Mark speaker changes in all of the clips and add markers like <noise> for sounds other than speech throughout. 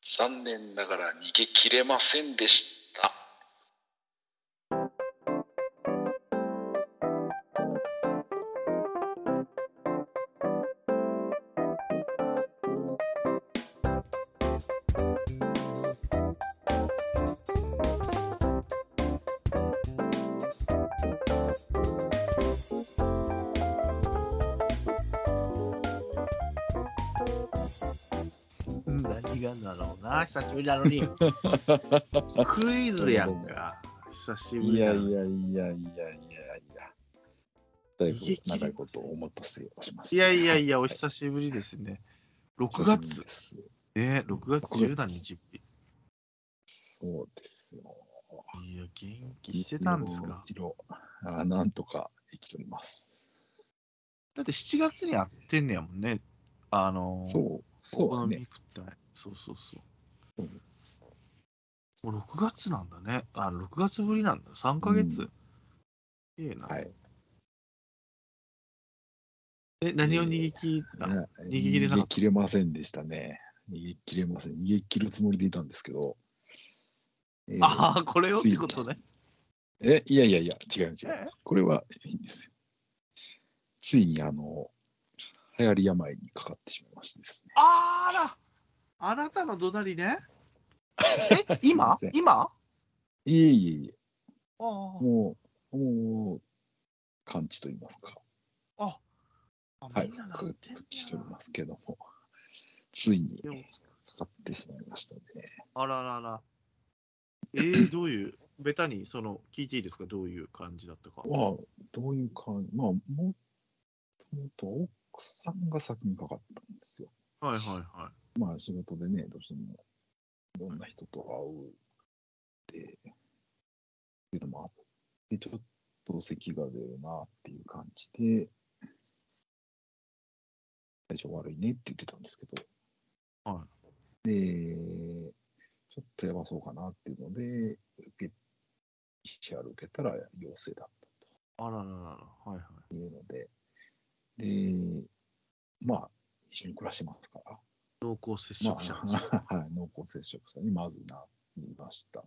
Speaker 1: 残念ながら逃げ切れませんでした
Speaker 2: 何がだろうな、久しぶりなの <laughs> に。クイズやんか。久しぶり
Speaker 1: いや
Speaker 2: や
Speaker 1: い
Speaker 2: な
Speaker 1: やいやいやいやいやだいぶ
Speaker 2: 逃げ切れ
Speaker 1: 長いこと思ったせいをしました
Speaker 2: いやいやいや、お
Speaker 1: はい
Speaker 2: 久しぶりですね。
Speaker 1: 久
Speaker 2: 6
Speaker 1: しぶり
Speaker 2: 月
Speaker 1: で、す
Speaker 2: えー、6月17日。
Speaker 1: そうですよ
Speaker 2: いや、元気してたんですか。
Speaker 1: いろいろあなんとか生きております
Speaker 2: だって7月にやってんねやもんね。あのー、
Speaker 1: そう
Speaker 2: お
Speaker 1: そう
Speaker 2: 好
Speaker 1: だ
Speaker 2: み
Speaker 1: ね
Speaker 2: 食ったね。そうそうそう。もう6月なんだね。あ、6月ぶりなんだ。3ヶ月。ええな。
Speaker 1: はい
Speaker 2: え、何を逃げ切ったの、
Speaker 1: ね
Speaker 2: 逃げ切れなか
Speaker 1: 逃
Speaker 2: っ
Speaker 1: げ切れませんでしたね逃げ切れません逃げ切るつもりでいたんですけどえー
Speaker 2: ああ、これをってことね。
Speaker 1: え、いやいやいや、違う違う
Speaker 2: え。
Speaker 1: これはいいんですよ。ついに、あの、流行り病にかかってしまいましてですね。
Speaker 2: あらあなたの怒鳴り <laughs> ね。え
Speaker 1: すいま
Speaker 2: 今
Speaker 1: せん
Speaker 2: 今
Speaker 1: いえいえいえ、
Speaker 2: あー
Speaker 1: もう、もう、完治と言いますか、
Speaker 2: あ。あ
Speaker 1: はい
Speaker 2: みんなな
Speaker 1: 復
Speaker 2: ってんね
Speaker 1: 帰して
Speaker 2: や
Speaker 1: おりますけども、ついに
Speaker 2: でも
Speaker 1: かかってしまいましたね。
Speaker 2: あららら。えー、どういう、ベタにその聞いていいですか、どういう感じだったか。
Speaker 1: まあ、どういう感じ、まあ、もともと奥さんが先にかかったんですよ。
Speaker 2: はいはいはい。
Speaker 1: まあ仕事でね、どうしてもいろんな人と会うっていうのもあって、ちょっと咳が出るなっていう感じで、最初悪いねって言ってたんですけど、
Speaker 2: は
Speaker 1: で、ちょっとやばそうかなっていうので、受け、PCR 受けたら陽性だったと。
Speaker 2: あらららら、はいはい。
Speaker 1: で、まあ、一緒に暮らしてますから、
Speaker 2: 濃厚接
Speaker 1: ま
Speaker 2: 触者。
Speaker 1: あはい、濃厚接触者にまずなりましたと。
Speaker 2: はい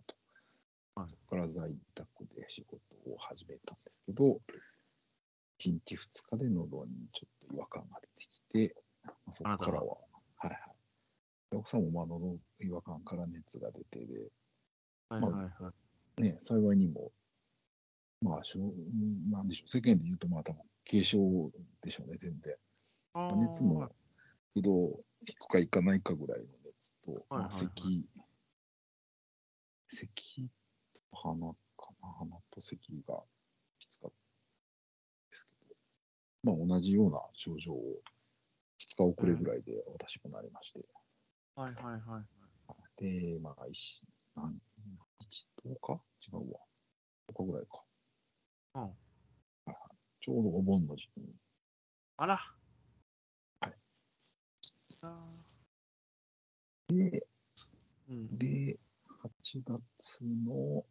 Speaker 1: そこから在宅で仕事を始めたんですけど、1日2日で喉にちょっと違和感が出てきて、まあそこからは、はいはい。で奥さんもまあ喉の違和感から熱が出てで、
Speaker 2: はいはいはい。
Speaker 1: ね、幸いにも、まあ、しょうなんでしょう、世間で言うと、まあ、多分軽症でしょうね、全然。
Speaker 2: あ
Speaker 1: まあ熱も、けど、行くか行かないかぐらいの熱と、
Speaker 2: はいはい
Speaker 1: ま
Speaker 2: は
Speaker 1: あ、
Speaker 2: い
Speaker 1: 咳、咳と鼻かな、鼻と咳がきつかったですけど、まあ、同じような症状を2日遅れぐらいで私もなりまして、
Speaker 2: はいはいはい。
Speaker 1: で、まあ、一、何、一、10日違うわ。10日ぐらいか。
Speaker 2: うん
Speaker 1: はいはい。ちょうどお盆の時期に。
Speaker 2: あら。
Speaker 1: はい
Speaker 2: あ
Speaker 1: で、
Speaker 2: ー。うん。
Speaker 1: で、8月の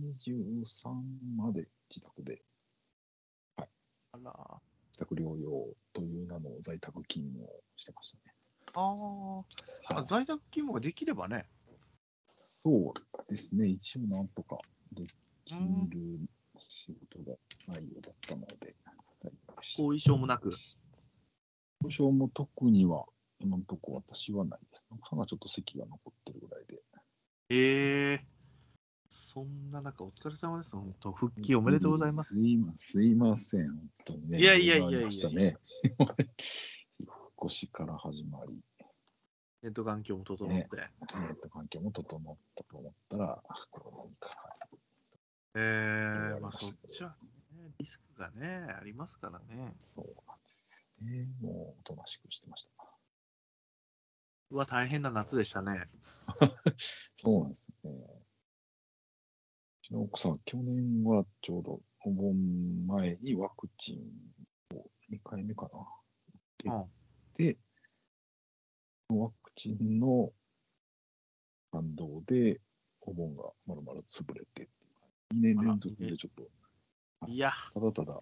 Speaker 1: 23まで自宅で、
Speaker 2: あら。あ
Speaker 1: 自宅療養という名の在宅勤務をしてましたね。
Speaker 2: ーあ。
Speaker 1: はい、
Speaker 2: 在宅勤務ができればね。
Speaker 1: そうですね。一応なんとかでき
Speaker 2: うん
Speaker 1: る仕事が内容だったので、在宅して
Speaker 2: 後遺症もなく。
Speaker 1: 故障も特には、今のとこ私はないです。かなりちょっと咳が残ってるぐらいで。
Speaker 2: ええー。そんな中、お疲れ様です。本当、復帰おめでとうございます。
Speaker 1: すいま。すいません、本当にね。
Speaker 2: いやいやいやいや
Speaker 1: ろろありましたね。引っ越しから始まり、
Speaker 2: ネット環境も整って。
Speaker 1: ネット環境も整ったと思ったら、これか
Speaker 2: ええ
Speaker 1: わか
Speaker 2: ー、
Speaker 1: り
Speaker 2: まあ
Speaker 1: ました
Speaker 2: そっちは、ね、リスクがね、ありますからね。
Speaker 1: そうなんですよね。もうおとなしくしてました。
Speaker 2: うわ、大変な夏でしたね。
Speaker 1: そうなんですよね。うちの奥さん、去年はちょうどお盆前にワクチンを2回目かな。
Speaker 2: う。
Speaker 1: うんで、ワクチンの反動で、お盆がまるまる潰れてっていう2年連続でちょっ
Speaker 2: いや、
Speaker 1: と、ただただ、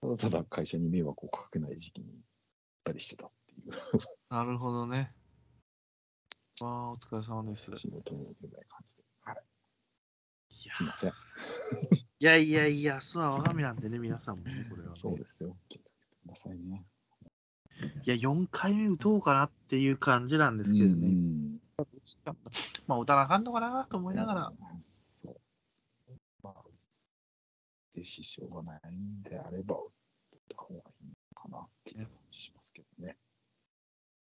Speaker 1: ただただ会社に迷惑をかけない時期に行ったりしてたっていう。
Speaker 2: なるほどね。ああ、お疲れ様です。
Speaker 1: 仕事に行けない感じで。はい。
Speaker 2: い
Speaker 1: すいません。
Speaker 2: やいやいや、明日は我が身なんでね、皆さんもね、これは、ね。
Speaker 1: そうですよ。気をつけてくださいね。
Speaker 2: いや、4回目打とうかなっていう感じなんですけどね。
Speaker 1: うん
Speaker 2: まあ、打たなあかんのかなと思いながら。
Speaker 1: うんそうですね。まあ、で、支障がないんであれば、打った方がいいのかなっていう感じしますけどね。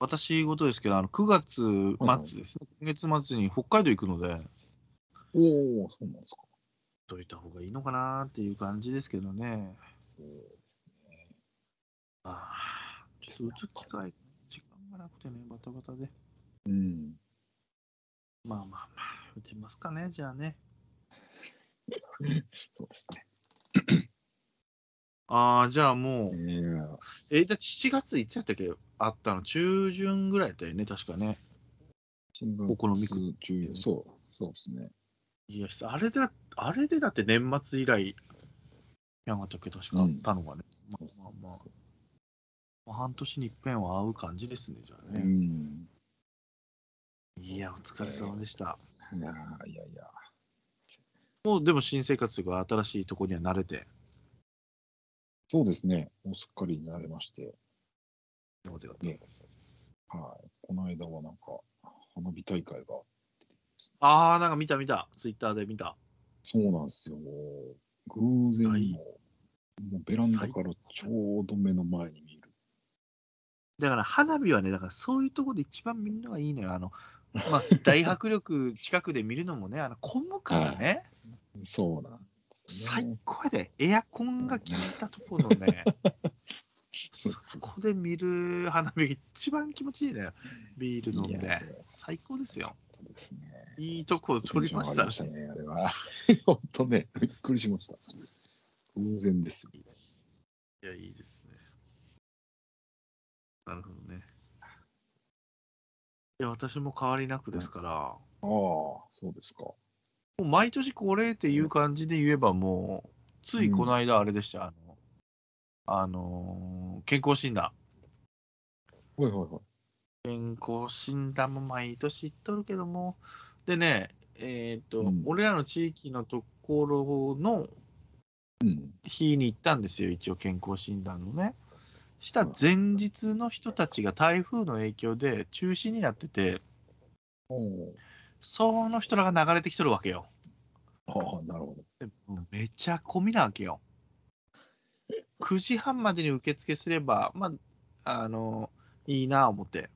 Speaker 2: 私事ですけど、あの9月末ですね、今月末に北海道行くので、
Speaker 1: おお、そうなんですか。
Speaker 2: どういった方がいいのかなっていう感じですけどね。
Speaker 1: そうですね。
Speaker 2: ああ、ちょっと打つ機会、時間がなくてね、バタバタで。
Speaker 1: うん。
Speaker 2: まあまあまあ、打ちますかね、じゃあね。
Speaker 1: そうですね。
Speaker 2: ああ、じゃあもう、
Speaker 1: ええ
Speaker 2: えだって7月いつやったっけあったの、中旬ぐらいだったよね、確かね。
Speaker 1: 新聞
Speaker 2: お好み
Speaker 1: 通
Speaker 2: 区
Speaker 1: 重要そう、そうですね。
Speaker 2: いや、あれだ、あれでだって年末以来、やがたっけ、確かあったのがね。まあまあまあ、まあ半年に一遍は会う感じですね、じゃあ
Speaker 1: う
Speaker 2: ね。
Speaker 1: ん。
Speaker 2: いや、お疲れ様でした。
Speaker 1: いやーいやいや、
Speaker 2: もうでも新生活というか、新しいところには慣れて、
Speaker 1: そうですね。もうすっかり慣れまして、
Speaker 2: ね
Speaker 1: はい。この間はなんか、花火大会が、
Speaker 2: ああ、なんか見た見た、ツイッターで見た。
Speaker 1: そうなんですよ。偶然にも、もうベランダからちょうど目の前に見える。
Speaker 2: だから花火はね、だからそういうところで一番見るのがいいのよ。あ <laughs> のまあ、大迫力近くで見るのもね、あの混むからね、
Speaker 1: そうなんです
Speaker 2: 最
Speaker 1: ね。
Speaker 2: 高やで、エアコンが効いたところ <laughs> のね、
Speaker 1: そう
Speaker 2: そこで見る花火が一番気持ちいいのよ、ビール飲ん
Speaker 1: いや
Speaker 2: で。最高ですよ。
Speaker 1: ですね。
Speaker 2: いいところ取りまし
Speaker 1: テ
Speaker 2: た
Speaker 1: ンション
Speaker 2: ね。
Speaker 1: 上がりましたね、あれは。 <laughs> 本当ね、びっくりしました。偶然ですよ。
Speaker 2: いや、いいですね。なるほどね。いや、私も変わりなくですから、
Speaker 1: ああ、そうですか。
Speaker 2: もう毎年これっていう感じで言えば、もう、ついこの間、あれでした、あの、あのー健康診断。
Speaker 1: はいはいはい。
Speaker 2: 健康診断も毎年言っとるけども、でね、えっ、と、
Speaker 1: うん
Speaker 2: 俺らの地域のところの
Speaker 1: うん。
Speaker 2: 日に行ったんですよ、一応健康診断のね。した前日の人たちが台風の影響で中止になってて、
Speaker 1: お
Speaker 2: その人らが流れてきとるわけよ。
Speaker 1: ああ、なるほど。
Speaker 2: でめちゃ混みなわけよ。9時半までに受付すれば、まあ、あの、いいな思って、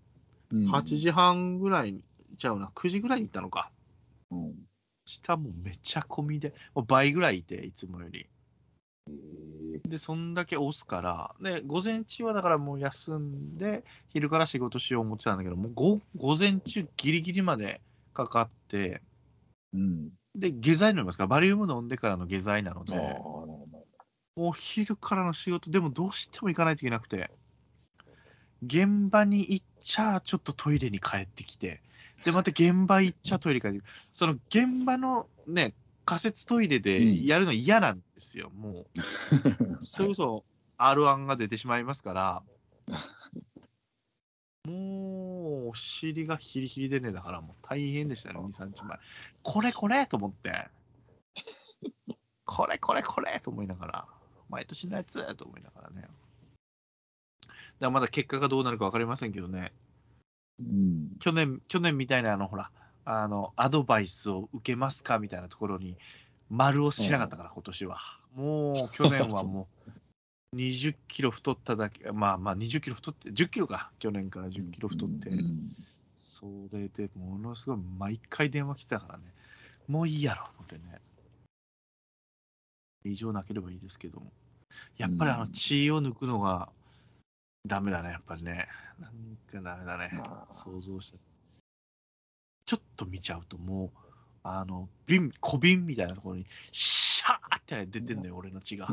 Speaker 1: うん
Speaker 2: 8時半ぐらいに、ちゃうな、9時ぐらいに行ったのか。
Speaker 1: うん。
Speaker 2: 下もうめちゃ混みで、もう倍ぐらいいて、いつもより。で、そんだけ押すから、で、午前中はだからもう休んで、昼から仕事しよう思ってたんだけど、もう午午前中ギリギリまでかかって、
Speaker 1: うん。
Speaker 2: で、下剤飲みますから、バリウム飲んでからの下剤なの
Speaker 1: ああ、なる
Speaker 2: で、
Speaker 1: ほど。
Speaker 2: お昼からの仕事、でもどうしても行かないといけなくて、現場に行っちゃ、ちょっとトイレに帰ってきて、で、また現場行っちゃ、トイレ帰ってきて、その現場のね、仮設トイレでやるの嫌なんですよ、もう。 <laughs> それこそ R1 が出てしまいますから、もうお尻がヒリヒリでね、だからもう大変でしたね、2、3日前。これこれと思って、これこれこれと思いながら、毎年のやつと思いながらね。だからまだ結果がどうなるか分かりませんけどね、
Speaker 1: うん。
Speaker 2: 去年、去年みたいな、あの、ほら、あの、アドバイスを受けますかみたいなところに、丸をしなかったから、今年は。
Speaker 1: <laughs>
Speaker 2: もう、去年はもう、20キロ太っただけ、まあまあ、20キロ太って、10キロか、去年から10キロ太って
Speaker 1: う、ん
Speaker 2: それでものすごい、毎回電話来てたからね、もういいやろ、思ってね。異常なければいいですけども。やっぱり、あ
Speaker 1: う
Speaker 2: の、
Speaker 1: ん
Speaker 2: 血を抜くのが、ダメだね、やっぱりね。なんかダメだね。
Speaker 1: ああ
Speaker 2: 想像してちょっと見ちゃうともうあの瓶小瓶みたいなところにシャーって出てんのよ俺の血が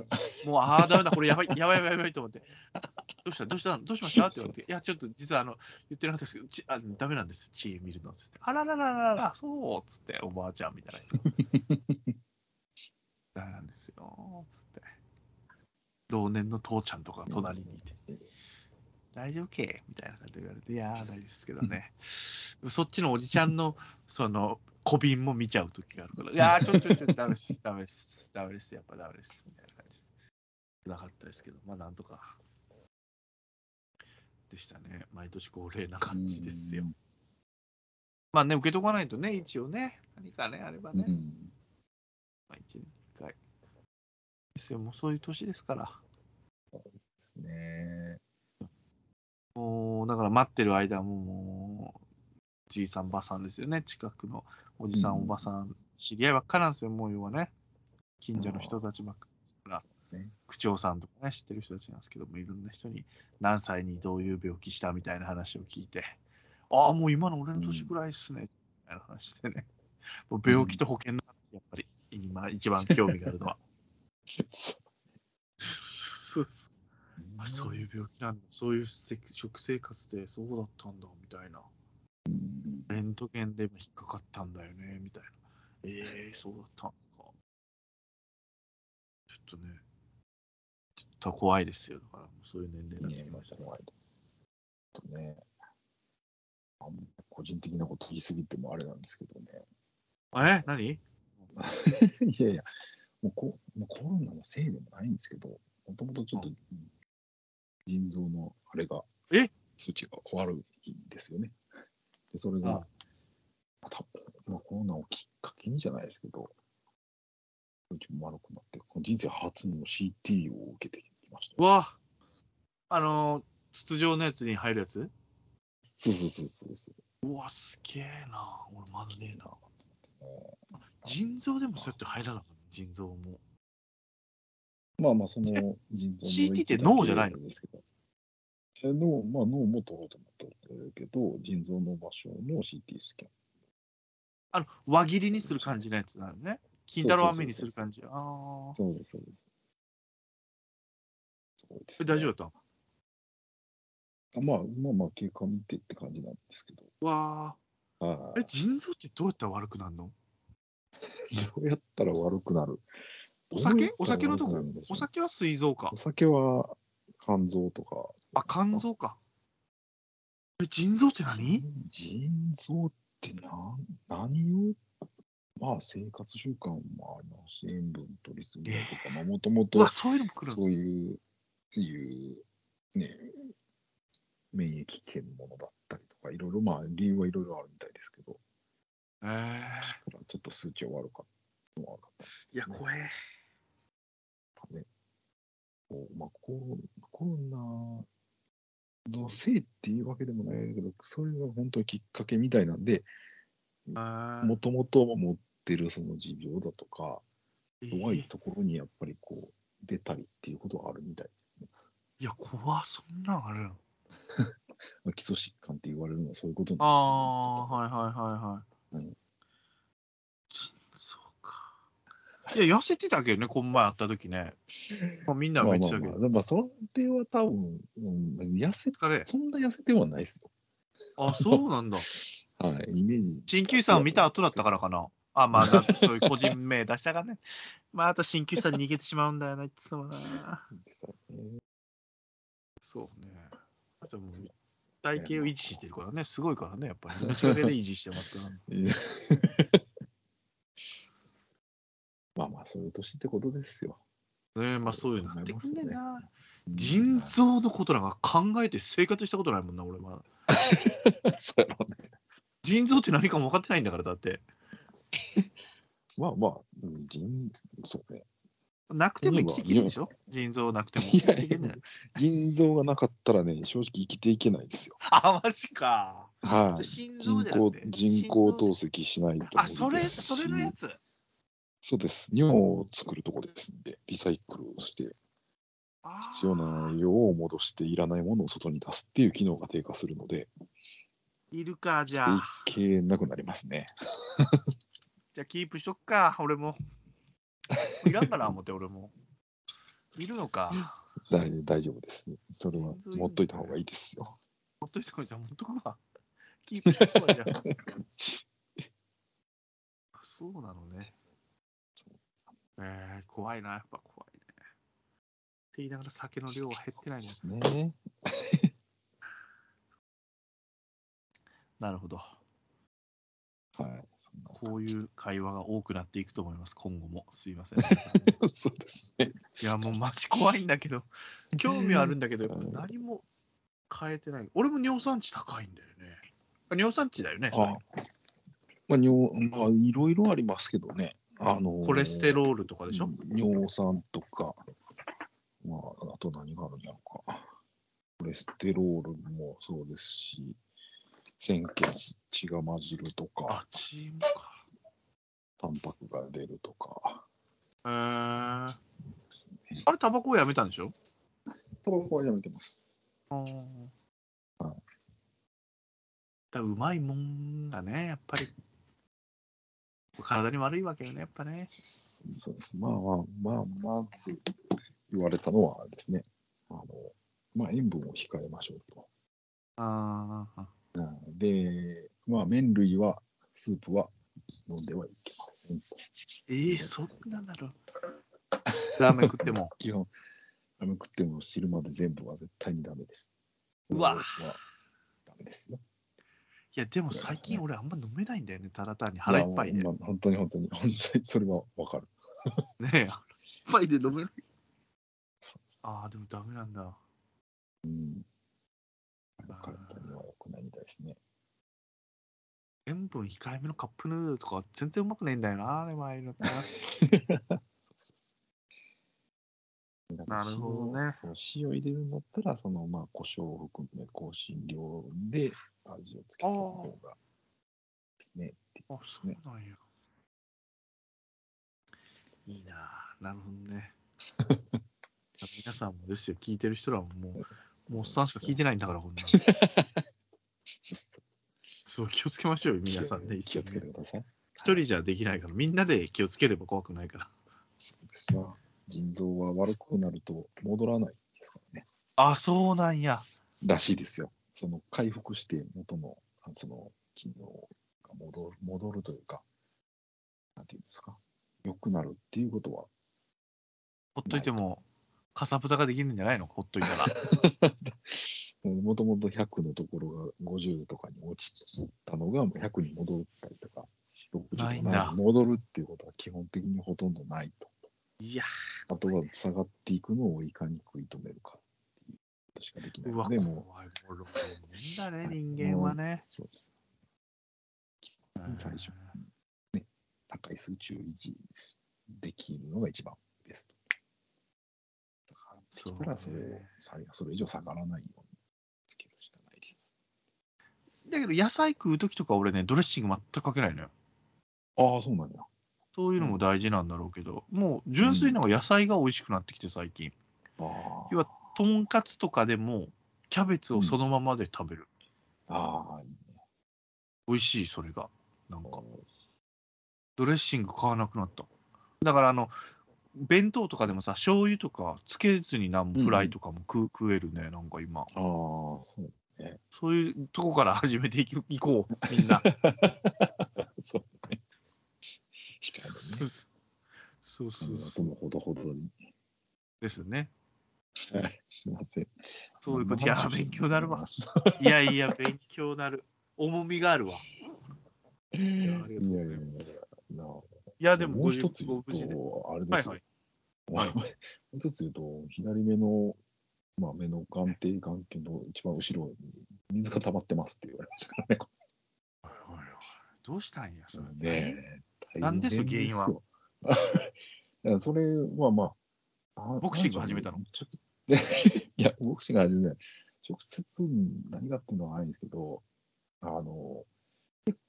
Speaker 2: もうああダメだこれやばいやばいやばいやばいと思ってどうしたどうしたどうしましたって言われていやちょっと実はあの言ってなかったですけどちあダメなんです血見るのっつってあらららららそうっつっておばあちゃんみたいな人ダメなんですよっつって同年の父ちゃんとか隣にいて大丈夫けみたいな感じで言われて、いやー、大丈夫ですけどね。そっちのおじちゃん <laughs> の、その、小瓶も見ちゃう時があるから、いやー、ちょっと、ちょっと、ダメです、ダメです、ダメです、やっぱダメです、みたいな感じで。なかったですけど、まあ、なんとか。でしたね。毎年恒例な感じですよ。まあね、受けとかないとね、一応ね、何かね、あれば
Speaker 1: うん。
Speaker 2: ね
Speaker 1: う、ん
Speaker 2: まあ、一年一回。ですよ、もうそういう年ですから。
Speaker 1: です
Speaker 2: <laughs>
Speaker 1: ね。
Speaker 2: もうだから待ってる間はもうもうじいさんばあさんですよね近くのおじさん
Speaker 1: うん
Speaker 2: おばさん知り合いばっかなんですよもう要はね近所の人たちばっかですから、
Speaker 1: ね
Speaker 2: 区長さんとかね知ってる人たちなんですけどもいろんな人に何歳にどういう病気したみたいな話を聞いてああもう今の俺の年ぐらいですね、みたいな話してねもう病気と保険の話やっぱり今一番興味があるのはそうそうあそういう病気なんだ、そういうせ食生活でそうだったんだみたいな、
Speaker 1: うん。
Speaker 2: レントゲンで今引っかかったんだよねみたいな、えー、そうだったんですか。ちょっとね、ちょっと怖いですよ、だからもうそういう年齢になってきましたね。
Speaker 1: 怖いです。ちょっとね、あんま個人的なこと言い過ぎてもあれなんですけどね。
Speaker 2: え
Speaker 1: <laughs>
Speaker 2: 何
Speaker 1: いやいや、もうこもうコロナのせいでもないんですけど、もともとちょっと腎臓のあれが、
Speaker 2: え
Speaker 1: 数値が悪いんですよね。で、それ
Speaker 2: うん
Speaker 1: が、多分まあ、コロナをきっかけにじゃないですけど、数値も悪くなって、この人生初の CT を受けてきました
Speaker 2: う。わあのー、筒状のやつに入るやつ
Speaker 1: そうそうそうそうそう
Speaker 2: わ、すげえな、俺まだねえな。
Speaker 1: う。
Speaker 2: 腎臓でもそうやって入らなかった、腎臓も。
Speaker 1: まあまあ、その腎臓
Speaker 2: CT って脳じゃないの
Speaker 1: ですけど。え脳、まあ脳も取ろうと思ってるけど、腎臓の場所の CT スキャン。
Speaker 2: あの、輪切りにする感じのやつなのね。金太郎飴にする感じ。ああー。
Speaker 1: そうです、そうです。そうで
Speaker 2: え
Speaker 1: すね
Speaker 2: 大丈夫だっ
Speaker 1: あまあまあまあ経過見てって感じなんですけど。
Speaker 2: たわ
Speaker 1: は
Speaker 2: ーえ、腎臓ってどうやったら悪くなるの
Speaker 1: い。どうやったら悪くなる
Speaker 2: お酒お酒のと
Speaker 1: どう
Speaker 2: こ
Speaker 1: やったら悪くなるんでしょ
Speaker 2: お
Speaker 1: う
Speaker 2: 酒は膵臓か
Speaker 1: お。酒は肝臓とか。
Speaker 2: あ、肝臓か。え、腎臓って何
Speaker 1: 腎臓って何何をまあ生活習慣もありますし塩分取りすぎだとか、まあもとも
Speaker 2: うわ、
Speaker 1: と
Speaker 2: そういうのも来るの
Speaker 1: そういうっていうね免疫危険ものだったりとかいろいろまあ理由はいろいろあるみたいですけど
Speaker 2: えー
Speaker 1: だからちょっと数値は悪かったのは悪かったんです
Speaker 2: い
Speaker 1: け
Speaker 2: や、
Speaker 1: どね
Speaker 2: 怖え。
Speaker 1: ねこうまあ、コロコロナのせいっていうわけでもないけどそれが本当にきっかけみたいなんで
Speaker 2: あ
Speaker 1: もともと持ってるその持病だとか、
Speaker 2: ー
Speaker 1: 弱
Speaker 2: え
Speaker 1: い
Speaker 2: ー
Speaker 1: ところにやっぱりこう出たりっていうことがあるみたいですね。
Speaker 2: いや、怖っそんなんあるの
Speaker 1: まあ、基礎疾患って言われるのはそういうことなん
Speaker 2: ああ、
Speaker 1: あ、
Speaker 2: はいはいはいはい。
Speaker 1: うん
Speaker 2: 腎臓か。いや、痩せてたけどね、この前会った時 <laughs> ね。まあみんな
Speaker 1: ま
Speaker 2: は
Speaker 1: あ
Speaker 2: めっ
Speaker 1: まあ
Speaker 2: ちゃだけ
Speaker 1: ま
Speaker 2: ど。
Speaker 1: あ、まあ、それは多分、うん、痩せ、
Speaker 2: 疲れ。
Speaker 1: そんな痩せてはないですよ。
Speaker 2: あ、そうなんだ。
Speaker 1: はい、イメージ。
Speaker 2: 鍼灸師さんを見た後だったからかな。あ、まあ、なんかそういう個人名出したからね。 <laughs> まあ、あと鍼灸師さんに逃げてしまうんだよな、いつもな。
Speaker 1: ですよね。
Speaker 2: そうね。あともう体型を維持してるからね、すごいからね、やっぱり。 <laughs> 虫けで維持してますから。
Speaker 1: <laughs> まあまあ、そういう年ってことですよ。
Speaker 2: ねえ、まあそういうのなってくんねんな。
Speaker 1: うん
Speaker 2: 腎臓のことなんか考えて生活したことないもんな、俺は。
Speaker 1: <laughs> そうやろうね。
Speaker 2: 腎臓って何かも分かってないんだから、だって。
Speaker 1: まあまあ、うん腎、そうね。
Speaker 2: なくても生きていけるでしょ腎臓なくても生きていけるんじゃない
Speaker 1: 腎臓がなかったらね、正直生きていけないですよ。
Speaker 2: <laughs> あ、マジか。
Speaker 1: はい。
Speaker 2: 心臓
Speaker 1: 人
Speaker 2: じゃな
Speaker 1: 工
Speaker 2: くて
Speaker 1: 人工透析しないと無理
Speaker 2: あ、それ、
Speaker 1: ですし
Speaker 2: それのやつ。
Speaker 1: そうです。尿を作るとこですんで、リサイクルをして、
Speaker 2: あー
Speaker 1: 必要な用を戻して、いらないものを外に出すっていう機能が低下するので、
Speaker 2: いるか、じ
Speaker 1: 生
Speaker 2: ゃあ。
Speaker 1: きていけなくなりますね。
Speaker 2: じゃあキープしとくか、俺も。いらんかな、思って、俺も。いるのか。
Speaker 1: 大大丈夫です。それは
Speaker 2: 腎臓いいんだね
Speaker 1: 持っといた方がいいですよ。
Speaker 2: 持っといてこいじゃん、持っとくわ。キープしとくわ、じゃあ。そうなのね。えー、怖いな、やっぱ怖いね。って言いながら酒の量は減ってないね。
Speaker 1: ですね。
Speaker 2: なるほど。
Speaker 1: はい。 <laughs> そんな
Speaker 2: こういう会話が多くなっていくと思います、今後も。すいません。
Speaker 1: う。そうですね。
Speaker 2: いや、もうマジ怖いんだけど、興味はあるんだけど、やっぱ何も変えてない。俺も尿酸値高いんだよね。尿酸値だよね、それ
Speaker 1: あまあ、尿、まあ、いろいろありますけどね。あのー
Speaker 2: コレステロールとかでしょ、
Speaker 1: 尿酸とか、まあ、あと何があるんだろうか。コレステロールもそうですし、鮮血、血が混じるとか、
Speaker 2: あ、チームか。
Speaker 1: タンパクが出るとか。
Speaker 2: えー、あれ、タバコをやめたんでしょ
Speaker 1: タバコはやめてます。
Speaker 2: あーだうまいもんがね、やっぱり。体に悪いわけよね、やっぱね。
Speaker 1: そうです。まあまあ、まあ、まず言われたのはあれですね。あの、まあ、塩分を控えましょうと。
Speaker 2: ああ。
Speaker 1: で、まあ、麺類は、スープは飲んではいけませんと。
Speaker 2: ええそんななる。ラーメン食っても。
Speaker 1: 基本、ラーメン食っても汁まで全部は絶対にダメです。
Speaker 2: うわ
Speaker 1: これはダメですよ。
Speaker 2: いや、でも最近俺あんま飲めないんだよね、ただ単に腹いっぱいで。
Speaker 1: ま
Speaker 2: <laughs> ね
Speaker 1: あまあ本当に本当に、本当にそれはわかる。
Speaker 2: え、腹いっぱいで飲めない。
Speaker 1: そうです
Speaker 2: <laughs> ああ、でもダメなんだ。
Speaker 1: うん。体には良くないみたいですね。
Speaker 2: 塩分控えめのカップヌードルとか全然うまくないんだよな、でもああいうの <laughs> ってな。なるほどね
Speaker 1: そう塩入れるんだったら、そのまあ胡椒を含め香辛料で味をつけた方がですね。
Speaker 2: あ、そうなんや。いいなあなるほど <laughs> ね。皆さんもですよ、聞いてる人らももう、もうおっさんしか聞いてないんだから、こんなの。そう、気をつけましょうよ、皆さんね。
Speaker 1: 気をつけてください。
Speaker 2: 一人じゃできないから、みんなで気をつければ怖くないから。
Speaker 1: そうですわ腎臓は悪くなると戻らないですからね。
Speaker 2: あ、そうなんや。
Speaker 1: らしいですよ。その回復して元のあその機能が戻る戻るというか、なんていうんですか、良くなるっていうことは
Speaker 2: ほっといても、かさぶたができるんじゃないのほっといたら。
Speaker 1: もともと100のところが50とかに落ちたのが100に戻ったりとか、
Speaker 2: ない
Speaker 1: 60
Speaker 2: ん
Speaker 1: と
Speaker 2: だ
Speaker 1: かに戻るっていうことは基本的にほとんどないと。
Speaker 2: いや
Speaker 1: あとは下がっていくのをいかに食い止めるかっていうことしかできな
Speaker 2: ー、
Speaker 1: いう
Speaker 2: わ、
Speaker 1: の
Speaker 2: 怖
Speaker 1: で、
Speaker 2: い。
Speaker 1: もう
Speaker 2: も <laughs> う、もうだね、人間はね。
Speaker 1: そうです。最初
Speaker 2: うん
Speaker 1: 高い数値を維持できるのが一番ベスト。だから、そしたらそれ
Speaker 2: そう
Speaker 1: を
Speaker 2: ね、
Speaker 1: さそれ以上下がらないようにつけるしかないです。
Speaker 2: だけど、野菜食うときとか俺ね、ドレッシング全くかけないのよ。
Speaker 1: ああ、そうなんだ。
Speaker 2: そういうのも大事なんだろうけど、もう純粋なのが野菜が美味しくなってきて、最近。
Speaker 1: あ
Speaker 2: 要はとんかつとかでも、キャベツをそのままで食べる。
Speaker 1: あ、ああ、いいね。
Speaker 2: 美味しい、それが。なんか。ドレッシング買わなくなった。だからあの弁当とかでもさ醤油とかつけずになん
Speaker 1: うん
Speaker 2: もフライとかも食,、う食えるねなんか今
Speaker 1: ああ、そう。
Speaker 2: そういうとこから始めていきいこうみ <laughs> んな
Speaker 1: そうね。しかもね、
Speaker 2: そうそう
Speaker 1: あのともほどほどに。
Speaker 2: ですね
Speaker 1: はいすいません。
Speaker 2: そういうこと
Speaker 1: 何
Speaker 2: い
Speaker 1: の
Speaker 2: や
Speaker 1: 話を
Speaker 2: 勉強になるわ
Speaker 1: してた
Speaker 2: いやいや勉強になる重みがあるわ
Speaker 1: ん
Speaker 2: い
Speaker 1: で
Speaker 2: や
Speaker 1: す
Speaker 2: あ
Speaker 1: か
Speaker 2: り
Speaker 1: いやいやいや。
Speaker 2: がとうございますいやでも
Speaker 1: もう一つ言
Speaker 2: ご
Speaker 1: う
Speaker 2: 無事で
Speaker 1: と、あれで
Speaker 2: はい
Speaker 1: すよ
Speaker 2: はい
Speaker 1: もう一つ言うと、左目の、まあ、目の眼底、眼球の一番後ろに水が溜まってますって言われましたからね。こ
Speaker 2: どうしたんやそれ
Speaker 1: れね
Speaker 2: なんでそれ原因は
Speaker 1: <laughs> 大変ですよそれはまあ、あ
Speaker 2: ボクシング始めたの
Speaker 1: なんでしょうねちょっと <laughs> いや、ボクシング始めない。直接何がっていうのはないんですけど、あの、結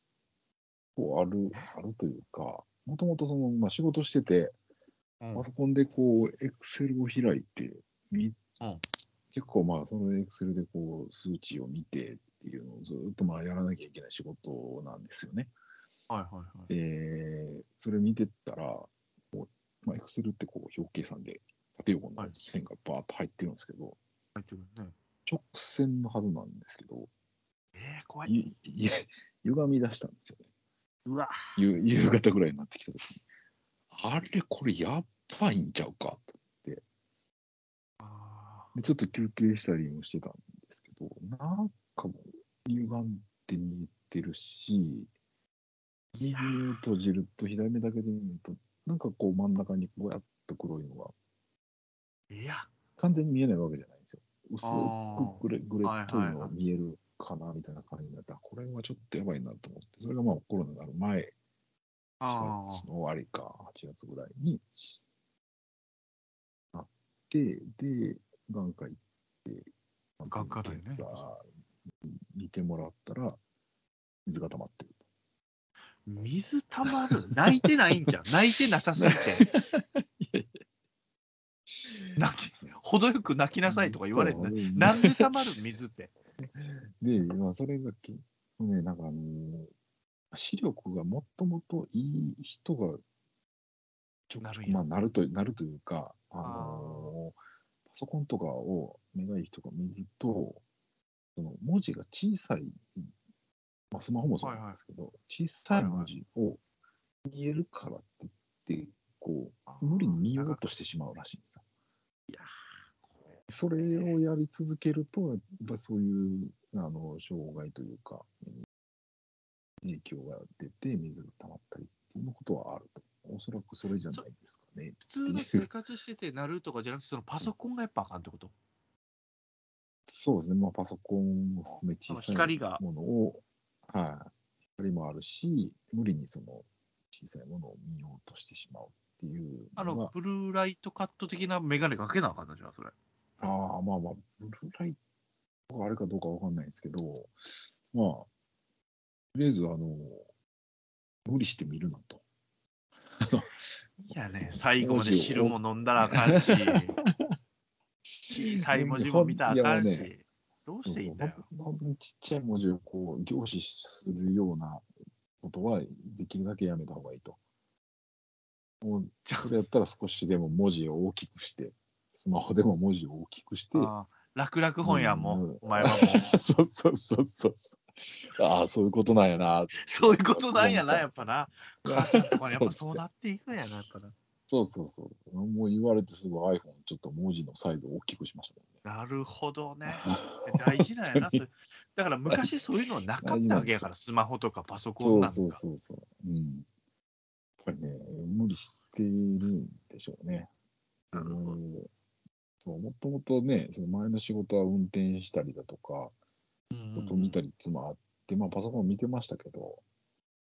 Speaker 1: 構ある、あるというか、もともとその、まあ、仕事してて、
Speaker 2: うん
Speaker 1: パソコンでこう、エクセルを開いて、み
Speaker 2: うん
Speaker 1: 結構まあ、そのエクセルでこう、数値を見てっていうのをずっとまあ、やらなきゃいけない仕事なんですよね。
Speaker 2: はいはいはい
Speaker 1: えーそれ見てたら、こうまあ、Excel ってこう表計算で縦横の線がバーッと入ってるんですけど、
Speaker 2: 入ってくるね
Speaker 1: 直線のはずなんですけど、
Speaker 2: えー、怖い
Speaker 1: ゆゆ <laughs> 歪み出したんですよね。
Speaker 2: うわ
Speaker 1: 夕夕方ぐらいになってきた時に、あれ、これやばいんちゃうかと。
Speaker 2: あ
Speaker 1: で、ちょっと休憩したりもしてたんですけど、なんかもう歪んで見えってるし、右目を閉じると左目だけで見ると、なんかこう真ん中にぼやっと黒いのが、
Speaker 2: いや、
Speaker 1: 完全に見えないわけじゃないんですよ。薄
Speaker 2: あー
Speaker 1: くグレグレっぽい
Speaker 2: はいはい
Speaker 1: の
Speaker 2: は
Speaker 1: が
Speaker 2: い
Speaker 1: 見えるかなみたいな感じになったこれはちょっとやばいなと思って、それがまあコロナのある前、
Speaker 2: あ
Speaker 1: 8月の終わりか、8月ぐらいになって、で、眼科行って、
Speaker 2: 眼科だよね
Speaker 1: 検査見てもらったら、水が溜まってる。
Speaker 2: 水たまる泣いてないん <laughs> じゃん泣いてなさすぎて泣き程よく泣きなさいとか言われる
Speaker 1: そう
Speaker 2: ね
Speaker 1: ね
Speaker 2: なんでたまる水って
Speaker 1: で、まあ、それがき、ね、なんかあの視力がもともといい人が、ちょ
Speaker 2: なるんや
Speaker 1: まあ、なるとなるというか、あのパソコンとかを目がいい人が見ると、その文字が小さい、まあ、スマホもそうなんですけど、小さい文字を見えるからって言って、こう、無理に見ようとしてしまうらしいんですよ。それをやり続けると、やっぱそういうあの障害というか、影響が出て、水が溜まったりっていうことはあると。おそらくそれじゃないですかね。
Speaker 2: 普通の生活しててなるとかじゃなくてそのパソコンがやっぱあかんってこと
Speaker 1: そうですね、まあ、パソコンも含め小さ
Speaker 2: 光
Speaker 1: い
Speaker 2: が
Speaker 1: ものを、はい、光もあるし、無理にその小さいものを見ようとしてしまうっていう
Speaker 2: あ
Speaker 1: の
Speaker 2: の
Speaker 1: が、
Speaker 2: ブルーライトカット的な眼鏡かけなあかんのじゃんそれ
Speaker 1: ああまあまあ、ブルーライトがあれかどうかわかんないんですけど、まあ、とりあえず、あの、無理して見るなと。
Speaker 2: いやね最後まで汁も飲んだらあかん <laughs> し小さい文字も見たらあかん
Speaker 1: いやね
Speaker 2: しどうしていいんだよ
Speaker 1: そうそうほんちっちゃい文字をこう凝視するようなことはできるだけやめた方がいいと。も
Speaker 2: <laughs>
Speaker 1: うそれやったら少しでも文字を大きくして、スマホでも文字を大きくして、
Speaker 2: ああ楽々本やんも
Speaker 1: うん
Speaker 2: うお前はも
Speaker 1: <laughs>
Speaker 2: う
Speaker 1: そうそうそうそうそう。ああ、そういうことなんやな。
Speaker 2: <laughs> そういうことなんやな、やっぱな。
Speaker 1: うん
Speaker 2: 母ちゃんとかにやっぱそうなっていくんやな、やっぱな。
Speaker 1: そうそうそう。もう言われてすぐ iPhone ちょっと文字のサイズを大きくしましたもんね。
Speaker 2: なるほどね。
Speaker 1: <laughs>
Speaker 2: 大事なんやな、それ。だから昔そういうのはなかったわけや <laughs> から、スマホとかパソコン
Speaker 1: そう
Speaker 2: なんか。
Speaker 1: そうそうそう。うん。やっぱりね、無理してるんでしょうね。
Speaker 2: なるほど
Speaker 1: うんそう、もともとね、その前の仕事は運転したりだとか、
Speaker 2: うん
Speaker 1: 音見たりっていうのもあって、まあパソコン見てましたけど、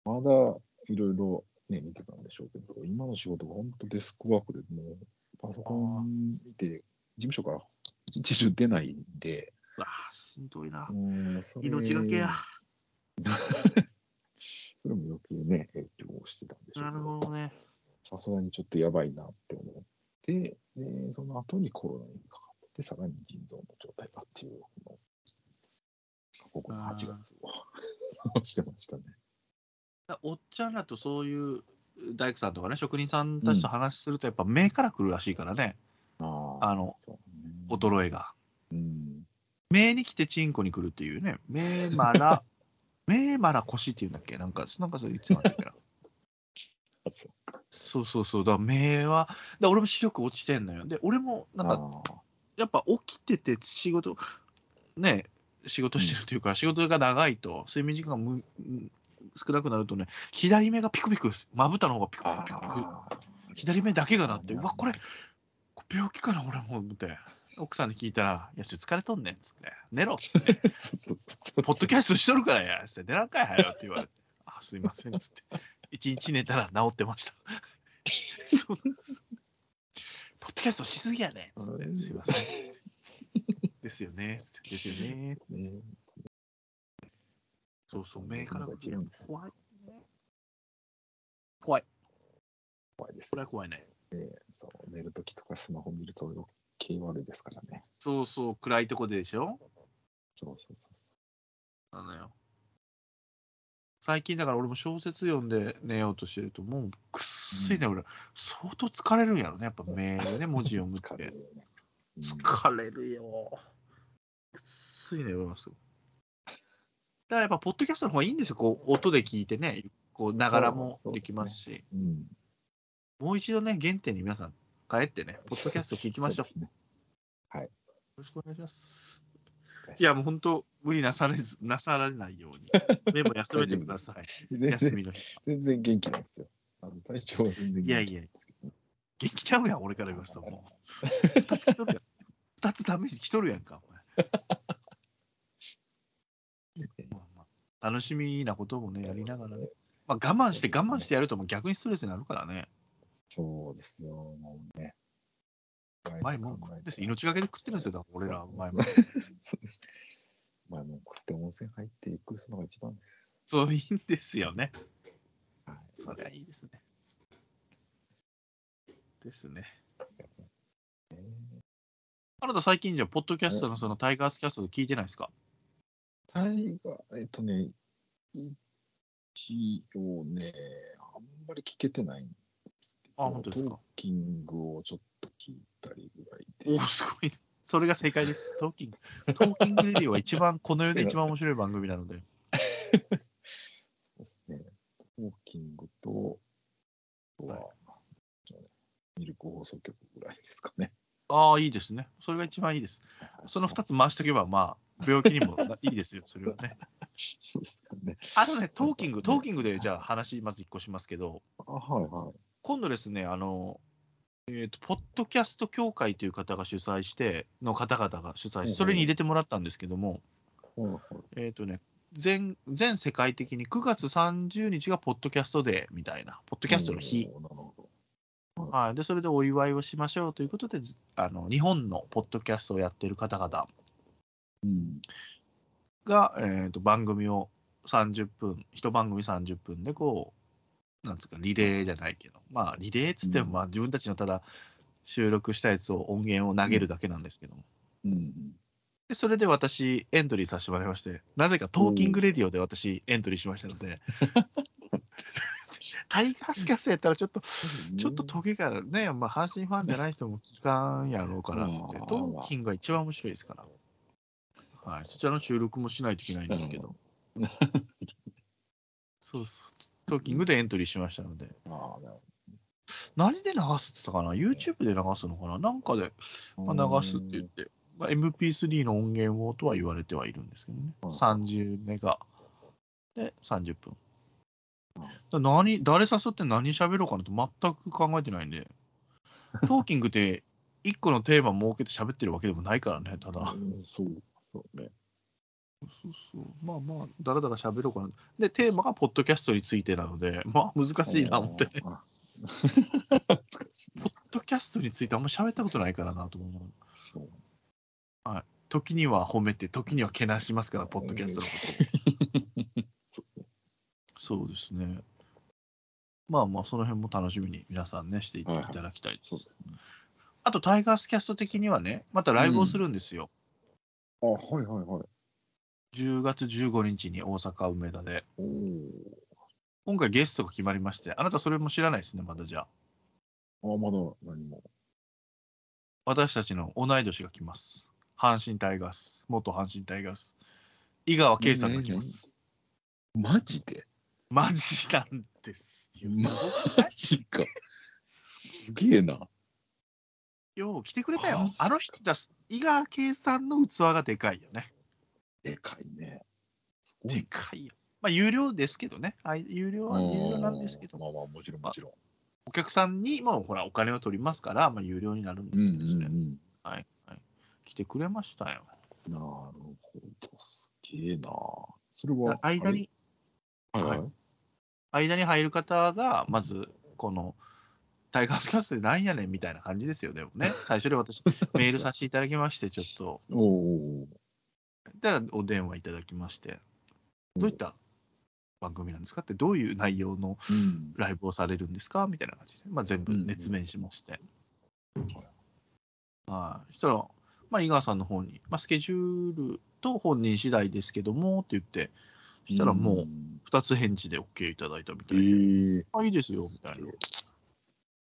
Speaker 1: まだいろいろね、見てたんでしょうけど、今の仕事が本当デスクワークでもう、パソコン見て、事務所から一日中出ないんで、
Speaker 2: うわあしんどいな
Speaker 1: う。んそれ
Speaker 2: 命がけや。
Speaker 1: それも余計ね、影響してたんでしょう
Speaker 2: な
Speaker 1: け
Speaker 2: るほどね。
Speaker 1: さすがにちょっとやばいなって思って、でその後にコロナにかかって、さらに腎臓の状態かっていう、この過酷な8月を <laughs> してましたね。
Speaker 2: だおっちゃんらとそういう大工さんとかね、職人さんたちと話すると、やっぱ目からくるらしいからね、
Speaker 1: あ
Speaker 2: あの、
Speaker 1: そうね。
Speaker 2: 衰えが。
Speaker 1: うん。
Speaker 2: 目に来てチンコに来るっていうね、目ま <laughs> ら、目まら腰っていうんだっけなんか、なんかそう言ってたんだっ
Speaker 1: <laughs>
Speaker 2: けな。
Speaker 1: あそう
Speaker 2: そうそうそうだから目はだから俺も視力落ちてんのよで俺もなんか
Speaker 1: あー
Speaker 2: やっぱ起きてて仕事ね仕事してるというか、仕事が長いと睡眠時間がむむ少なくなるとね左目がピクピクまぶたの方がピクピクピクピク
Speaker 1: あ
Speaker 2: 左目だけがなって
Speaker 1: あ
Speaker 2: う
Speaker 1: ー
Speaker 2: わこれこれ病気かな俺も思って奥さんに聞いたら「いやそれ疲れとんねん」っつって「寝ろ」っつって
Speaker 1: ー。そうそうそう。
Speaker 2: 「ポッドキャストしとるからや」っつって「寝らんかいはよ」って言われて「あすいません」っつって一日寝たら治ってましたそうポッドキャストしすぎやね。
Speaker 1: うん
Speaker 2: すいません。ですよね。ですよね。
Speaker 1: ね
Speaker 2: そうそう、目から
Speaker 1: なんか違うんです
Speaker 2: 怖い。怖い。
Speaker 1: 怖いです
Speaker 2: これ。は怖いね。
Speaker 1: そう寝るときとかスマホ見ると余計悪いですからね。
Speaker 2: そうそう、暗いとこででしょ
Speaker 1: そうそうそう
Speaker 2: なのよ。最近だから俺も小説読んで寝ようとしてると、もうくっすいね、俺。相当疲れるんやろね。やっぱ目で
Speaker 1: <laughs>
Speaker 2: ね、文字読むっ
Speaker 1: 疲れ
Speaker 2: て
Speaker 1: る。よね。うん
Speaker 2: 疲れるよ。くっついね、読みますよ。だからやっぱ、ポッドキャストの方がいいんですよ。こう、音で聞いてね、こう、ながらも
Speaker 1: そうそう
Speaker 2: で
Speaker 1: ですね
Speaker 2: きますし、
Speaker 1: うん。
Speaker 2: もう一度ね、原点に皆さん、帰ってね、ポッドキャスト聞きましょう。
Speaker 1: そうですね
Speaker 2: よろしくお願いします。いや、もう本当、無理なされず、なさられないように、目も休めてください。
Speaker 1: <laughs> 全
Speaker 2: 休
Speaker 1: 然
Speaker 2: みの日。
Speaker 1: 全然元気なんですよ。あの体調は全然
Speaker 2: いや
Speaker 1: 元
Speaker 2: い
Speaker 1: 気
Speaker 2: や
Speaker 1: なんですけど。
Speaker 2: 元気ちゃうやん、俺から言わせたらもう。二つ来とるやん。二つダメージ来とるやんか、お前。まあまあ楽しみなこともね、 <laughs> やりながらね。まあ、我慢して我慢してやるともう逆にストレスになるからね。
Speaker 1: そうですよ、もうね。
Speaker 2: うまいもん食ってです。命がけで食ってるんですよ、だから俺らはう <laughs> まいもん。
Speaker 1: そうです。まあ、もう食って温泉入ってゆっくりするのが一番です。
Speaker 2: そういいんですよね。
Speaker 1: はい。
Speaker 2: そりゃいいですね。ですね。あなた最近じゃ、ポッドキャストのそのタイガースキャスト聞いてないですか
Speaker 1: タイガー、えっとね、一応ね、あんまり聞けてないんですけど、
Speaker 2: あ本当ですか
Speaker 1: トーキングをちょっと聞いたりぐらいで。
Speaker 2: おお、すごい。それが正解です。トーキング。トーキングレディは一番、この世で一番面白い番組なの
Speaker 1: そ
Speaker 2: で。
Speaker 1: うですね。トーキングと、あとは、
Speaker 2: は
Speaker 1: そうねミルク放送局ぐらいですかね。
Speaker 2: ああ、いいですね。それが一番いいです。その2つ回しておけば、まあ、病気にもないいです <laughs> よ、それはね。
Speaker 1: そうですかね。
Speaker 2: あとね、トーキング、トーキングで、じゃあ話、まず1個しますけど、
Speaker 1: あ、はいはい。
Speaker 2: 今度ですね、あの、えーと、ポッドキャスト協会という方が主催して、の方々が主催して、それに入れてもらったんですけども、
Speaker 1: はいはい
Speaker 2: えっ、とね、全全世界的に9月30日がポッドキャストデーみたいな、ポッドキャストの日、
Speaker 1: おーなるほど。
Speaker 2: はい、でそれでお祝いをしましょうということでずあの、日本のポッドキャストをやっている方々
Speaker 1: うん。
Speaker 2: が、えー、と番組を30分、一番組30分でこう、なんつうか、リレーじゃないけど、まあ、リレーっつっても、
Speaker 1: うん
Speaker 2: まあ、自分たちのただ収録したやつを音源を投げるだけなんですけども。
Speaker 1: うん。
Speaker 2: でそれで私、エントリーさせてもらいまして、なぜかトーキングレディオで私、エントリーしました
Speaker 1: <laughs>
Speaker 2: ので、タイガースキャスやったら、ちょっと、ちょっとトゲがね、まあ、阪神ファンじゃない人も聞かんやろうからっつって
Speaker 1: あ、ー
Speaker 2: トーキングが一番面白いですから、はい、そちらの収録もしないといけないんですけど、 <laughs> そうそう、トーキングでエントリーしましたので、
Speaker 1: あーなる
Speaker 2: 何で流すって言ったかな、YouTube で流すのかな、なんかで、
Speaker 1: ほ
Speaker 2: ま
Speaker 1: ど
Speaker 2: あ、流すって言って、まあ、MP3 の音源をとは言われてはいるんですけどね、30メガで30分。だ何誰誘って何喋ろうかなと全く考えてないん <laughs> で、トーキングって1個のテーマ設けて喋ってるわけでもないからね、ただ。
Speaker 1: うんそう、そうね。
Speaker 2: そうそうまあまあ、だらだら喋ろうかな。で、テーマがポッドキャストについてなので、まあ難しいな、思って。ポッ
Speaker 1: あー。難しい。
Speaker 2: ドキャストについてあんま喋ったことないからなと思う。
Speaker 1: そう。
Speaker 2: 時には褒めて、時にはけなしますから、ポッドキャストのこと。
Speaker 1: そうね
Speaker 2: そうですね。まあまあ、その辺も楽しみに皆さんね、していた
Speaker 1: はい
Speaker 2: い
Speaker 1: はい
Speaker 2: ただきたいです。
Speaker 1: そうですね。
Speaker 2: あと、タイガースキャスト的にはね、またライブをするんですよ。
Speaker 1: あ、はいはいはい。
Speaker 2: 10月15日に大阪・梅田で。
Speaker 1: おお。
Speaker 2: 今回ゲストが決まりまして、あなたそれも知らないですね、まだじゃあ。
Speaker 1: あまだ何も。
Speaker 2: 私たちの同い年が来ます。阪神タイガース、元阪神タイガース。井川圭さんが来ます。
Speaker 1: マジで
Speaker 2: マジなんですよ。すごくな
Speaker 1: マ
Speaker 2: い
Speaker 1: ジ
Speaker 2: <laughs>
Speaker 1: か。すげえな。
Speaker 2: よう来てくれたよ
Speaker 1: マジ。か
Speaker 2: あの人だ、井川圭さんの器がでかいよね。
Speaker 1: でかいね。すごい
Speaker 2: でかいよ。まあ、有料ですけどね。あい有料は有料なんですけど、
Speaker 1: まあまあ、もちろんもちろん。
Speaker 2: お客さんに、まあ、ほら、お金を取りますから、まあ、有料になるんですけど、それ
Speaker 1: ん。
Speaker 2: はい、はい。来てくれましたよ。
Speaker 1: なるほど。すげえな。それは。
Speaker 2: 間に、
Speaker 1: あれ、はいはい
Speaker 2: は間に入る方が、まず、この、タイガースキャストでなんやねんみたいな感じですよ、でもね。最初で私、メールさせていただきまして、ちょっと、
Speaker 1: <laughs> おお。
Speaker 2: たらお電話いただきまして、どういった番組なんですかって、どういう内容の
Speaker 1: うん。
Speaker 2: ライブをされるんですかみたいな感じで、まあ、全部熱弁しまして、はいそしたら、まあ、井川さんの方に、まあ、スケジュールと本人次第ですけどもって言ってそしたらもう2つ返事で OK いただいたみた
Speaker 1: え
Speaker 2: い
Speaker 1: え
Speaker 2: で、
Speaker 1: ー。
Speaker 2: あいいですよみたいな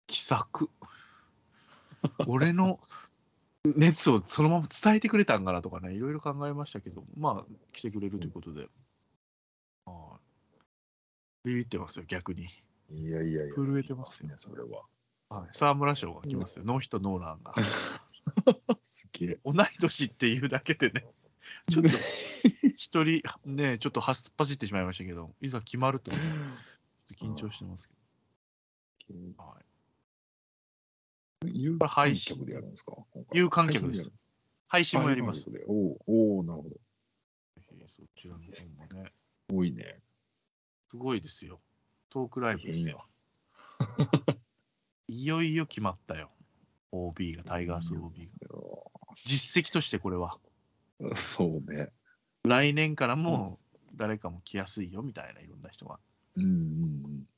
Speaker 2: 気さく俺の熱をそのまま伝えてくれたんかなとかねいろいろ考えましたけどまあ来てくれるということで、はいビビってますよ逆に。
Speaker 1: いやいやいや。
Speaker 2: 震えてますよ
Speaker 1: ね、それ
Speaker 2: <laughs>
Speaker 1: は。
Speaker 2: はい、沢村賞が来ますよ、ノーヒットノーランが。
Speaker 1: すげえ。
Speaker 2: <laughs> 同い年っていうだけでね、ちょっと、一人、ね、ちょっとはすっ走ってしまいましたけど、いざ決まるとね、ちょっと緊張してますけど。はい、
Speaker 1: 有
Speaker 2: こ
Speaker 1: 観
Speaker 2: れ配信
Speaker 1: 客でやるんですか今回
Speaker 2: 有観客です。配信もやります。
Speaker 1: あ有観客でおうおうなるほど。
Speaker 2: えーそちらの方もね。
Speaker 1: 多いね。
Speaker 2: すごいですよ。トークライブです <laughs> よ。いよいよ決まったよ。OB が、タイガース OB が。実績としてこれは。
Speaker 1: うんそうね。
Speaker 2: 来年からも誰かも来やすいよみたいないろんな人が。
Speaker 1: うんうん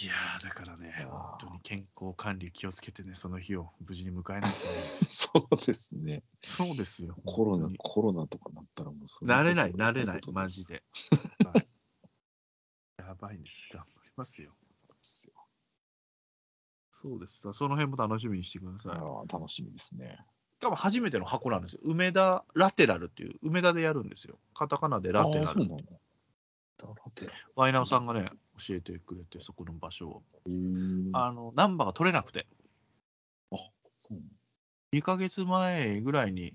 Speaker 2: いやーだからね
Speaker 1: い、やー
Speaker 2: 本当に健康管理気をつけてね、その日を無事に迎えないとね。 <laughs>
Speaker 1: うん。 <laughs> そうですね。
Speaker 2: そうですよ。
Speaker 1: コロナ
Speaker 2: 本当、に
Speaker 1: コロナとかなったらもうそこそ
Speaker 2: なれない、
Speaker 1: そ
Speaker 2: なれない
Speaker 1: こ、と
Speaker 2: マ
Speaker 1: で
Speaker 2: ジ
Speaker 1: す
Speaker 2: <laughs> で。はいやばいんです。頑張りますよ。そうです。その辺も楽しみにしてください。
Speaker 1: ああ楽しみですね。
Speaker 2: しかも初めての箱なんですよ。梅田ラテラルっていう、梅田でやるんですよ。カタカナでラテ
Speaker 1: ああ
Speaker 2: ラ
Speaker 1: そう
Speaker 2: ル
Speaker 1: な。の。ラテラ
Speaker 2: ワイナオさんがね、教えてくれて、そこの場所を。
Speaker 1: ル。へー
Speaker 2: あの、ナンバーが取れなくて、
Speaker 1: そうなの
Speaker 2: 2ヶ月前ぐらいに、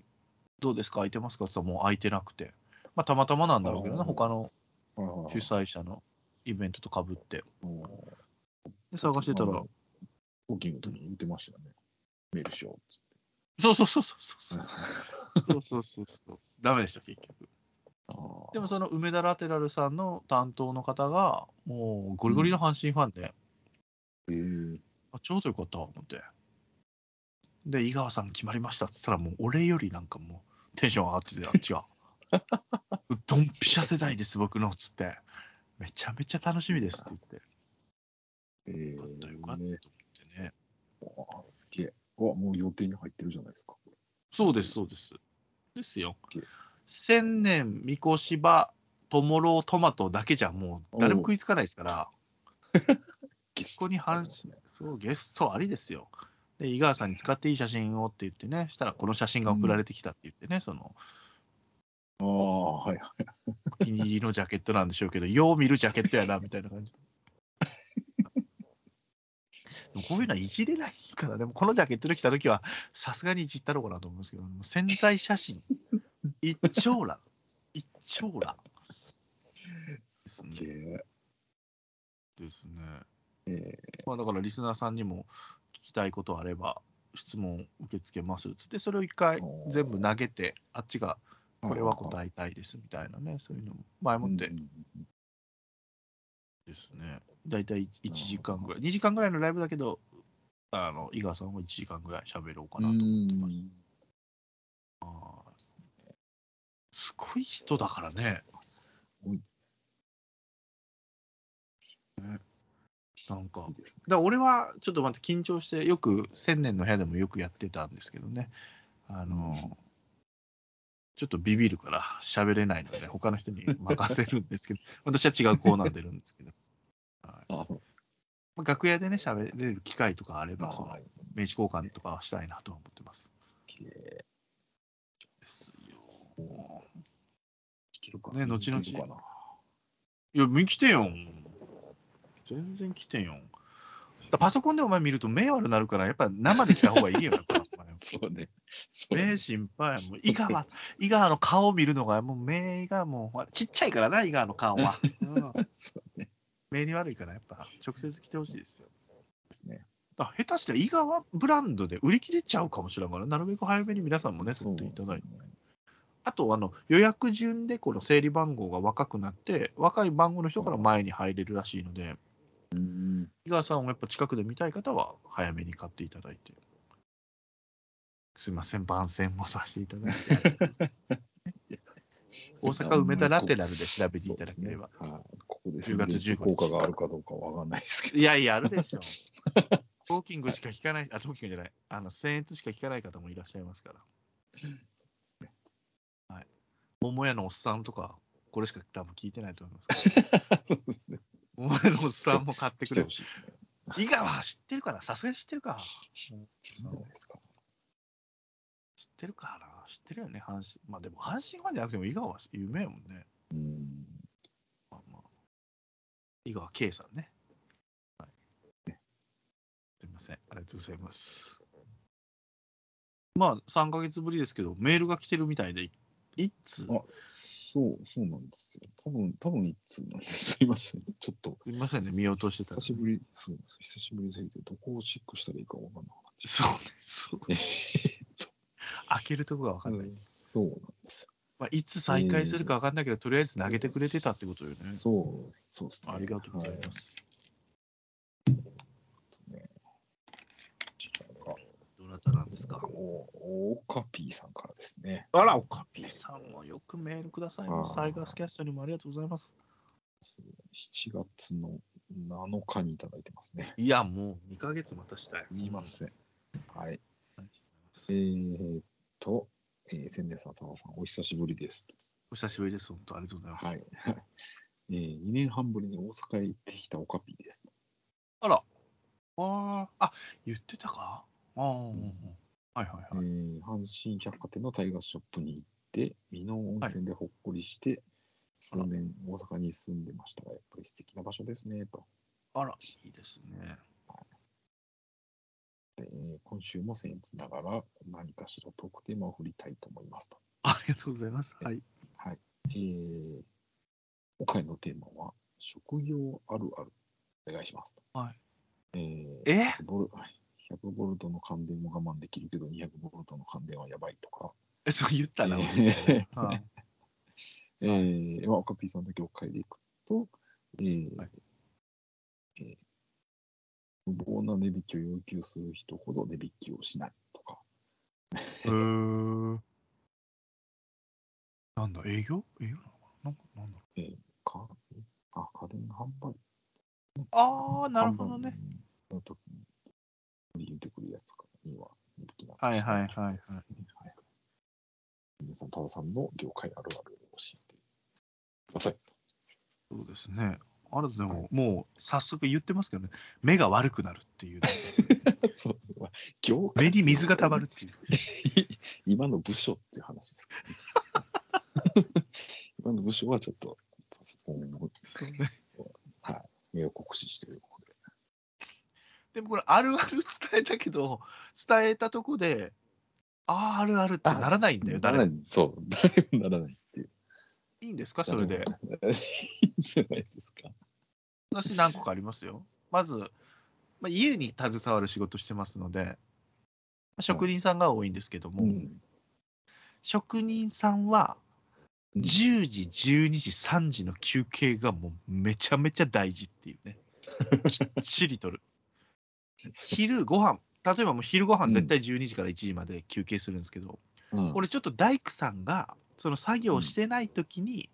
Speaker 2: どうですか、空いてますかって言ったら、もう空いてなくて、まあ、たまたまなんだろうけど
Speaker 1: あ
Speaker 2: ね、
Speaker 1: ー
Speaker 2: 他の
Speaker 1: はいはいはい
Speaker 2: 主催者のイベントとかぶって、
Speaker 1: うん
Speaker 2: で探してたら、
Speaker 1: トーキングの時に言ってましたよね。メールしようっつって。
Speaker 2: そうそうそうそうそうそう、 <laughs> そうそうそうそう、ダメでした、結局。でもその梅田ラテラルさんの担当の方が、もうゴリゴリの阪神ファンで、
Speaker 1: えー、
Speaker 2: あちょうどよかったわ思って。で、井川さん決まりましたって言ったら、もう俺よりなんかもうテンション上がってて、あっちが。ドンピシャ世代です、僕のっつって。めちゃめちゃ楽しみですって言っ
Speaker 1: え
Speaker 2: て。よかった、よか
Speaker 1: ー
Speaker 2: ったと思っ
Speaker 1: ね、
Speaker 2: てね。
Speaker 1: あーすげえ。うわ、もう予定に入ってるじゃないですか。
Speaker 2: そうです、そうです。ですよ
Speaker 1: OK。
Speaker 2: 千年、みこしば、ともろう、トマトだけじゃもう誰も食いつかないですから、
Speaker 1: ゲス
Speaker 2: ここに阪
Speaker 1: すね。
Speaker 2: そう、ゲストありですよ。で、井川さんに使っていい写真をって言ってね、したらこの写真が送られてきたって言ってね、その、
Speaker 1: ああ、はいはい。
Speaker 2: お気に入りのジャケットなんでしょうけど、 <laughs> よう見るジャケットやなみたいな <laughs> 感じ。でもこういうのはいじれないから、でもこのジャケットで来た時は、さすがにいじったろうかなと思うんですけど、もう潜在写真、 <laughs> 一丁羅、一丁羅
Speaker 1: すげえ。
Speaker 2: ですね。まあ、だからリスナーさんにも聞きたいことあれば、質問受け付けますっつって、それを一回全部投げて、あっちがこれは答えたいですみたいなね、そういうのも前もって
Speaker 1: うんうん
Speaker 2: ですね。だいたい1
Speaker 1: なるほど
Speaker 2: 時間ぐらい、2時間ぐらいのライブだけど、あの井川さんは1時間ぐらい喋ろうかなと思ってます。
Speaker 1: うん
Speaker 2: すごい人だからね、
Speaker 1: すごい
Speaker 2: なんか。だか
Speaker 1: ですね。
Speaker 2: ら俺はちょっとまた緊張して、よく千年の部屋でもよくやってたんですけどね、あ
Speaker 1: う
Speaker 2: の、
Speaker 1: ん
Speaker 2: ちょっとビビるから喋れないので、他の人に任せるんですけど、 <laughs> 私は違うコーナー出るんですけど、
Speaker 1: ああ、そう。
Speaker 2: まあ楽屋でね、喋れる機会とかあれば、その
Speaker 1: はい。
Speaker 2: 名刺交換とかはしたいなとは思ってます。
Speaker 1: すげえ
Speaker 2: ですよ。
Speaker 1: 聞けるか
Speaker 2: ね
Speaker 1: な。
Speaker 2: 後々
Speaker 1: 聞けるかない
Speaker 2: や、見来てよ。全然来てよ。だパソコンでお前見ると迷惑になるから、やっぱ生で来た方がいいよ。 <laughs> やっぱお前
Speaker 1: そうね。そうね
Speaker 2: 目心配。もう井川、井川の顔を見るのが、もう目がもう、ちっちゃいからな、井川の顔 <laughs> は。うん
Speaker 1: そうね。
Speaker 2: 目に悪いから、やっぱ直接来てほしいですよ。
Speaker 1: ですね。
Speaker 2: だ下手したら井川ブランドで売り切れちゃうかもしれんから、なるべく早めに皆さんもね、取っていただいて。
Speaker 1: そうね
Speaker 2: あとあの予約順でこの整理番号が若くなって若い番号の人から前に入れるらしいので
Speaker 1: うん。
Speaker 2: 井川さんをやっぱ近くで見たい方は早めに買っていただいてすいません番宣もさせていただいて
Speaker 1: <laughs>
Speaker 2: 大阪梅田ラテラルで調べていただければ、
Speaker 1: そうですねはいここで
Speaker 2: 10月15日
Speaker 1: 効果があるかどうかわかんないですけ
Speaker 2: いやいやあるでしょトーキングしか聞かないあトーキングじゃないあの僭越しか聞かない方もいらっしゃいますから
Speaker 1: ど。
Speaker 2: 桃屋のおっさんとかこれしか多分聞いてないと思いますけど
Speaker 1: そうです <laughs> ね。
Speaker 2: 桃屋のおっさんも買って
Speaker 1: 来
Speaker 2: く
Speaker 1: て
Speaker 2: れ
Speaker 1: ほしいですね。
Speaker 2: 井川知ってるかなさすがに知ってるか。
Speaker 1: 知ってるじゃないですか。
Speaker 2: 知ってるかな知ってるよね、阪神。まあでも阪神ファンじゃなくても井川は有名やもんね。
Speaker 1: うん。
Speaker 2: まあまあ、井川圭さんね。はい。すみません。ありがとうございます。まあ、3ヶ月ぶりですけど、メールが来てるみたいで、一通。
Speaker 1: あ、そう、そうなんですよ。多分、多分一通なんです。すいません。ちょっと。
Speaker 2: すみませんね、見落としてたら
Speaker 1: 久。しぶり、そうなんです。久しぶりすぎて、どこをチェックしたらいいかわかんなかっ
Speaker 2: そうです。そう <laughs>
Speaker 1: え
Speaker 2: 開けるとこが分か
Speaker 1: た。
Speaker 2: んない。
Speaker 1: そうなんですよ。
Speaker 2: まあ、いつ再開するか分かんないけど、とりあえず投げてくれてたってことよね。
Speaker 1: そう、そうですね。
Speaker 2: ありがとうございます。
Speaker 1: はい。
Speaker 2: どなたなんですか
Speaker 1: お、おかぴーさんからですね。
Speaker 2: あら、おかぴさんもよくメールください
Speaker 1: あ
Speaker 2: ま
Speaker 1: ー
Speaker 2: す。サイガースキャストにもありがとうございます。
Speaker 1: 7月の7日にいただいてますね。
Speaker 2: いや、もう2ヶ月またしたい。
Speaker 1: 見ま。せん。はい。え
Speaker 2: え
Speaker 1: ー、っと、えー、千年さん、田中さん、お久しぶりです。
Speaker 2: お久しぶりです。本当ありがとうございます。
Speaker 1: はい。 <laughs> えー、2年半ぶりに大阪へ行ってきたオカピーです。
Speaker 2: あら。あーあ、言ってたかああ、うんうんはいはい
Speaker 1: え
Speaker 2: はい。
Speaker 1: ー、阪神百貨店のタイガースショップに行って、美濃温泉でほっこりして、数年大阪に住んでましたが、やっぱり素敵な場所ですね、と。
Speaker 2: あら、いいですね。
Speaker 1: でえー今週も僭越ながら何かしらトークテーマを振りたいと思いますと。
Speaker 2: ありがとうございます。はい。
Speaker 1: はい。えー、今回のテーマは、職業あるある、お願いしますと。
Speaker 2: はい
Speaker 1: えー
Speaker 2: え <laughs>
Speaker 1: 100ボル、100ボルトの感電も我慢できるけど、200ボルトの感電はやばいとか、
Speaker 2: え、そう言ったな。
Speaker 1: え
Speaker 2: 俺
Speaker 1: ー
Speaker 2: はい
Speaker 1: えー、まあ、岡 P さんの業界でいくと、えー
Speaker 2: はい
Speaker 1: えー無謀な値引きを要求する人ほど値引きをしないとか、
Speaker 2: へーなんだ、営業営業なのかななんかなんだろ
Speaker 1: かあ家電販売
Speaker 2: う。ああ、なるほどね。。
Speaker 1: の時に取り入れてくるやつかには値引きなん
Speaker 2: はいはいはいはい
Speaker 1: ですねはい皆さん、多田さんの業界あるあるを教えてください。
Speaker 2: そうですね。あれでも、もう早速言ってますけどね、目が悪くなるっていうね、 <laughs>
Speaker 1: そう業界
Speaker 2: 目に水がたまるっていう。
Speaker 1: 今の部署っていう話です
Speaker 2: <laughs>
Speaker 1: けどね、今の部署はちょっとパソコンを、
Speaker 2: そうね
Speaker 1: はい、目を酷使してるので。
Speaker 2: でもこれ、あるある伝えたけど、伝えたとこで、ああ、あるあるってならないんだよ、
Speaker 1: な
Speaker 2: 誰
Speaker 1: ら
Speaker 2: も。
Speaker 1: ないそう、誰もならないっていう。
Speaker 2: いいんですか、それで。。
Speaker 1: いいんじゃないですか。
Speaker 2: 私、何個かありますよ。まず、まあ、家に携わる仕事してますので、まあ職人さんが多いんですけども、
Speaker 1: うん。
Speaker 2: 職人さんは
Speaker 1: うん
Speaker 2: 10時、12時、3時の休憩がもうめちゃめちゃ大事っ
Speaker 1: <laughs>
Speaker 2: ていうね。きっちりとる。昼ご飯例えばもう昼ご飯絶対12時から1時まで休憩するんですけど、
Speaker 1: うん、
Speaker 2: 俺ちょっと大工さんがその作業してない時に、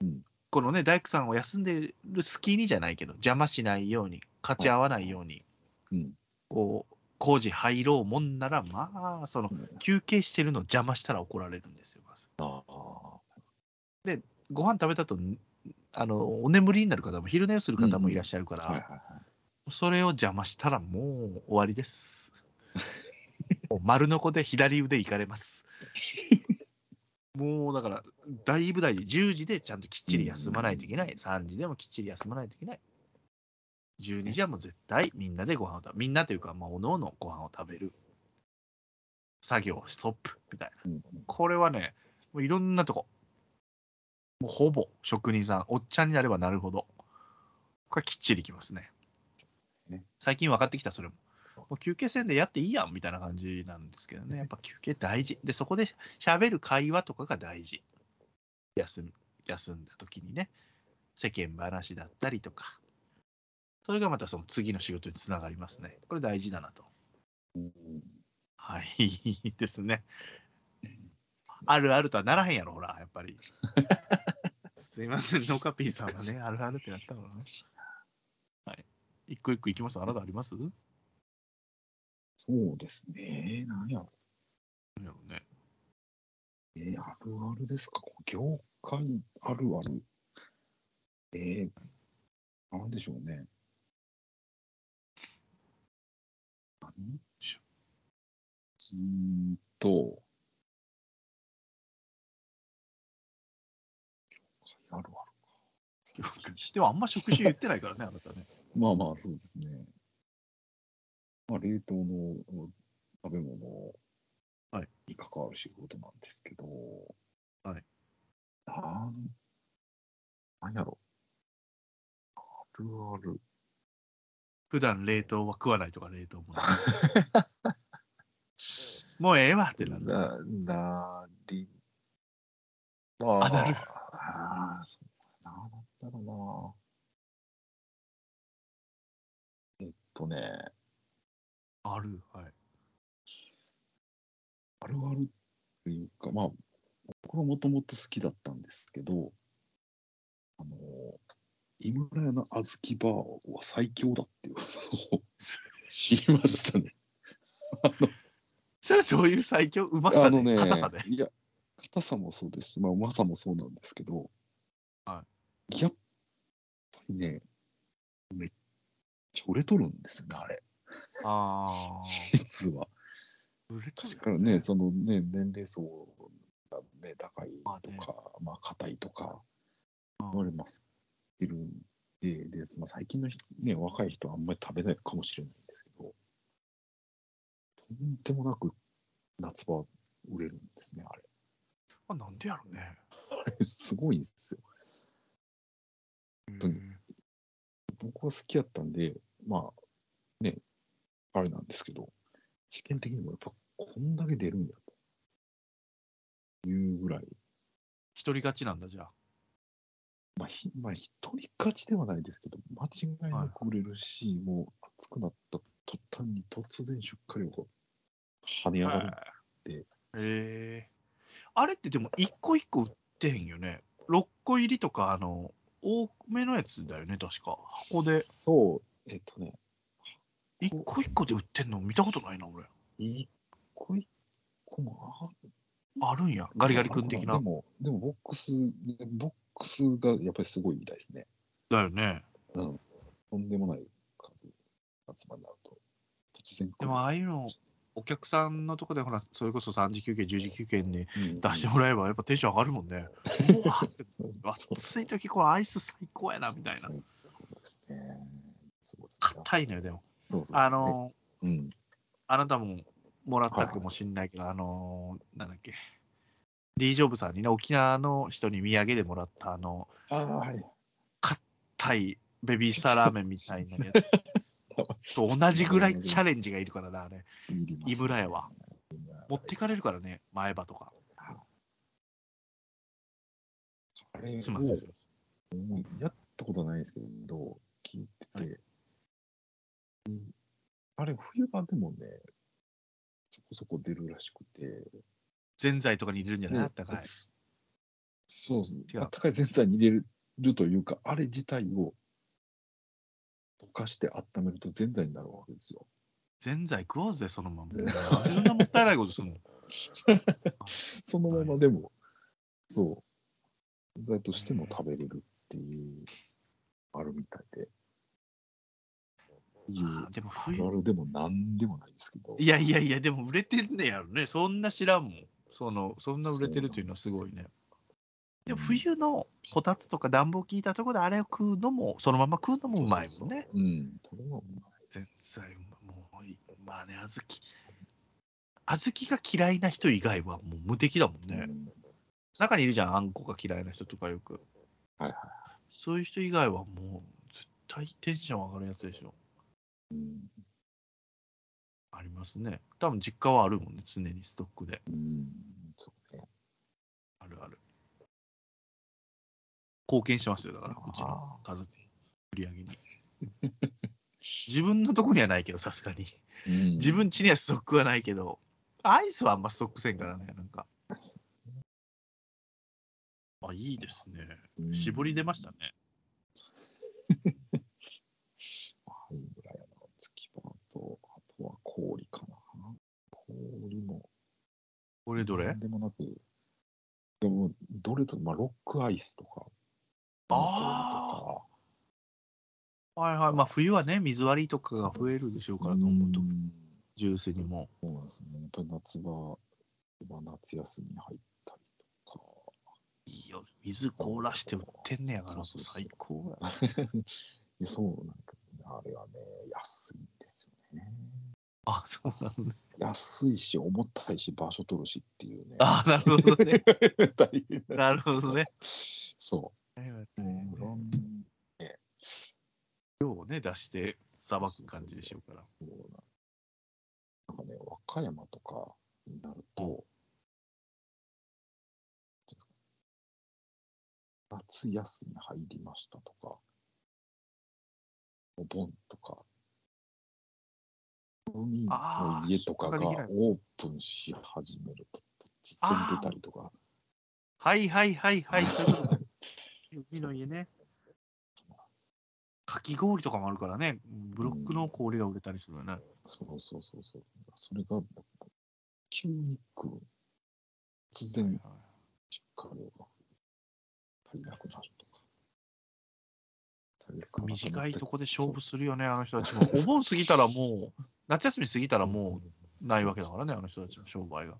Speaker 1: うん
Speaker 2: このね大工さんを休んでる隙にじゃないけど邪魔しないように勝ち合わないように、
Speaker 1: うん
Speaker 2: こう工事入ろうもんならまあその休憩してるの邪魔したら怒られるんですよまず
Speaker 1: ああ。
Speaker 2: ご飯食べた後にあのお眠りになる方も昼寝をする方もいらっしゃるから、
Speaker 1: はいはいはい。
Speaker 2: それを邪魔したらもう終わりです。もう丸のこで左腕いかれます。もうだから、だいぶ大事。10時でちゃんときっちり休まないといけない。3時でもきっちり休まないといけない。12時はもう絶対みんなでご飯を食べみんなというか、まあ、おのおのご飯を食べる。作業ストップみたいな
Speaker 1: うん。
Speaker 2: これはね、もういろんなとこ。もうほぼ職人さん、おっちゃんになればなるほど。これきっちりいきますね。最近分かってきたそれももう休憩せんでやっていいやんみたいな感じなんですけどねやっぱ休憩大事でそこで喋る会話とかが大事休み休んだ時にね世間話だったりとかそれがまたその次の仕事につながりますねこれ大事だなと
Speaker 1: うん
Speaker 2: はいいいですねあるあるとはならへんやろほらやっぱりすいませんノカピーさんはねあるあるってなったのねはい一個一個いきますあなたあります
Speaker 1: そうですね。なんやろ
Speaker 2: なんやろうね
Speaker 1: えーあるあるですか業界あるある。えー、なんでしょうね。何うーんと。業界あるあるか。
Speaker 2: してはあんま職種言ってないからね、あなたね。
Speaker 1: まあまあ、そうですね。まあ、冷凍のうん食べ物を
Speaker 2: はい
Speaker 1: に関わる仕事なんですけど、
Speaker 2: はい
Speaker 1: なん、なんやろ。あるある。
Speaker 2: 普段冷凍は食わないとか冷凍もの。もうええわってなる。
Speaker 1: な、なり、まあ、
Speaker 2: あなる
Speaker 1: ああ、そうだな、なんだろうな。えっとね、
Speaker 2: ある。はい。
Speaker 1: あるあるっていうか、まあ、僕はもともと好きだったんですけど、あの、井村屋の小豆バーは最強だっていうことを知りましたね。
Speaker 2: それはどういう最強うま
Speaker 1: あ
Speaker 2: さ
Speaker 1: の
Speaker 2: で、
Speaker 1: ね、
Speaker 2: 硬さで。
Speaker 1: いや、硬さもそうですし、まあ、うまさもそうなんですけど、
Speaker 2: は
Speaker 1: やっぱりね、めっちゃ売れとるんですよね、あれ、
Speaker 2: ああ。
Speaker 1: 実は。
Speaker 2: 売れた
Speaker 1: 昔からね、そのね、年齢層がね、高いと
Speaker 2: まあ
Speaker 1: か、まあ、硬いとか、言われます。いるんで、で、まあ、最近の人ね、若い人はあんまり食べないかもしれないんですけど、とんでもなく夏場売れるんですね、あれ。
Speaker 2: あなんでやろうね。
Speaker 1: <laughs> すごいんですよ。当に
Speaker 2: うん
Speaker 1: 僕は好きやったんで、まあ、ね、あれなんですけど、世間的にもやっぱこんだけ出るんやというぐらい、
Speaker 2: 一人勝ちなんだじゃあ。
Speaker 1: まあ、ひまあ、一人勝ちではないですけど、間違いなく売れるし、もう熱くなった途端に突然出荷量が跳ね上がる。
Speaker 2: へえあれってでも一個一個売ってへんよね。6個入りとか、あの、多めのやつだよね、確か。箱で。
Speaker 1: そう、えっとね、
Speaker 2: 一個一個で売ってんの見たことないな、俺。
Speaker 1: 一個一個もある
Speaker 2: あるんや。ガリガリ君的
Speaker 1: で
Speaker 2: な。
Speaker 1: も、でもボックス、ボックスがやっぱりすごいみたいですね。
Speaker 2: だよね。
Speaker 1: とんでもない数集まりになると、突然来る
Speaker 2: でも、ああいうの、お客さんのとこで、ほら、それこそ3時休憩、10時休憩に
Speaker 1: うん
Speaker 2: 出してもらえば、やっぱテンション上がるもんね。うわーって、 <laughs> 暑い時このアイス最高やな、みたいな
Speaker 1: そ。うですね。そうですね。
Speaker 2: 硬いのよ、でも。
Speaker 1: そうそう。
Speaker 2: あのー、
Speaker 1: ね、うん。
Speaker 2: あなたももらったかもしんないけど、あのーなんだっけ、D ・ジョブさんにね、沖縄の人に土産でもらった、あの、
Speaker 1: ああ、はい。
Speaker 2: タイベビースターラーメンみたいなや
Speaker 1: <laughs>
Speaker 2: つと同じぐらいチャレンジがいるからな、あれ。
Speaker 1: いります
Speaker 2: 井村屋は。持ってかれる
Speaker 1: か
Speaker 2: からね、前歯とか。
Speaker 1: ら。あれを
Speaker 2: すみません、すいません。
Speaker 1: やったことないですけど、聞いてて、
Speaker 2: はい
Speaker 1: うんあれ、冬場でもね、そこそこ出るらしくて、
Speaker 2: ぜんざいとかに入れるんじゃないあった
Speaker 1: だ
Speaker 2: かい。
Speaker 1: そうですね
Speaker 2: 違。う
Speaker 1: あったかい前菜に入れるというか、あれ自体を溶かして温めると前菜になるわけですよ。
Speaker 2: ぜんざい食おうぜ、そのまま。
Speaker 1: ぜん
Speaker 2: そんなもったいないことするの。
Speaker 1: そのままでも、そう、だとしても食べれるっていう、あるみたいで。い
Speaker 2: あー
Speaker 1: う、
Speaker 2: でも
Speaker 1: あ
Speaker 2: 冬
Speaker 1: るあるでもなんでもないですけど。
Speaker 2: いやいやいや、でも売れてんねやろね。そんな知らんもん。そのそんな売れてるというのはすごいね。でも冬のこたつとか暖房効いたところであれを食うのも、そのまま食うのもうまいもんね。
Speaker 1: そうそうそう。うん、それはうま
Speaker 2: 全然もういい。まあね、小豆。小豆が嫌いな人以外はもう無敵だもん
Speaker 1: い。
Speaker 2: ね。
Speaker 1: うん
Speaker 2: 中にいるじゃん、あんこが嫌いな人とかよく。
Speaker 1: はいはい。
Speaker 2: そういう人以外はもう絶対テンション上がるやつでしょ。
Speaker 1: うん
Speaker 2: ありますね。多分実家はあるもんね、常にストックで。
Speaker 1: うん、そうね。
Speaker 2: あるある。貢献しますよ、だから、
Speaker 1: あー
Speaker 2: うちの家族に、売り上げに。 <laughs> 自分のとこにはないけど、さすがに。
Speaker 1: うん
Speaker 2: 自分家にはストックはないけど、アイスはあんまストックせんからね、な
Speaker 1: <laughs>
Speaker 2: んか。あ、いいですね。
Speaker 1: うん
Speaker 2: 絞り出ましたね。
Speaker 1: はい、ぐらいの月場と、あとは氷かな。氷も、
Speaker 2: これどれ
Speaker 1: なんでもなく、でも、どれと、まあ、ロックアイスとか、
Speaker 2: あはいはい。まあ、冬はね、水割りとかが増えるでしょうから、飲むと
Speaker 1: う、ん
Speaker 2: ジュースにも。
Speaker 1: そうなんですね。やっぱり夏場、まあ夏休みに入ったりとか、
Speaker 2: いいよ、水凍らして売ってんねやから、
Speaker 1: そうそうそう
Speaker 2: 最高
Speaker 1: <laughs>
Speaker 2: や。
Speaker 1: いやそうなんか、あれはね、安いんですよね。
Speaker 2: あ、そうなんだ。
Speaker 1: 安いし、重たいし、場所取るしっていうね。
Speaker 2: あなるほどね。
Speaker 1: <laughs> 大変
Speaker 2: なるほどね。
Speaker 1: そ。
Speaker 2: はいはいうね
Speaker 1: う
Speaker 2: ね
Speaker 1: ん
Speaker 2: 量をね、出して、さばく感じでしょうから。
Speaker 1: そうなんなんかね、和歌山とかになると、夏休み入りましたとか、お盆とか、海の家とか
Speaker 2: あー
Speaker 1: が
Speaker 2: わかりづ
Speaker 1: オープンし始めると、実践出たりとか、
Speaker 2: はいはいはい <laughs> はい。そういうことだ海の家ね。かき氷とかもあるからね、ブロックの氷が売れたりするよね。
Speaker 1: そうそうそうそう、それが急に来る、突然食料が足りなくなるとか。足りなくなる
Speaker 2: 短いとこで勝負するよね、あの人たちも。お盆過ぎたらもう、夏休み過ぎたらもうないわけだからね、あの人たちの商売が。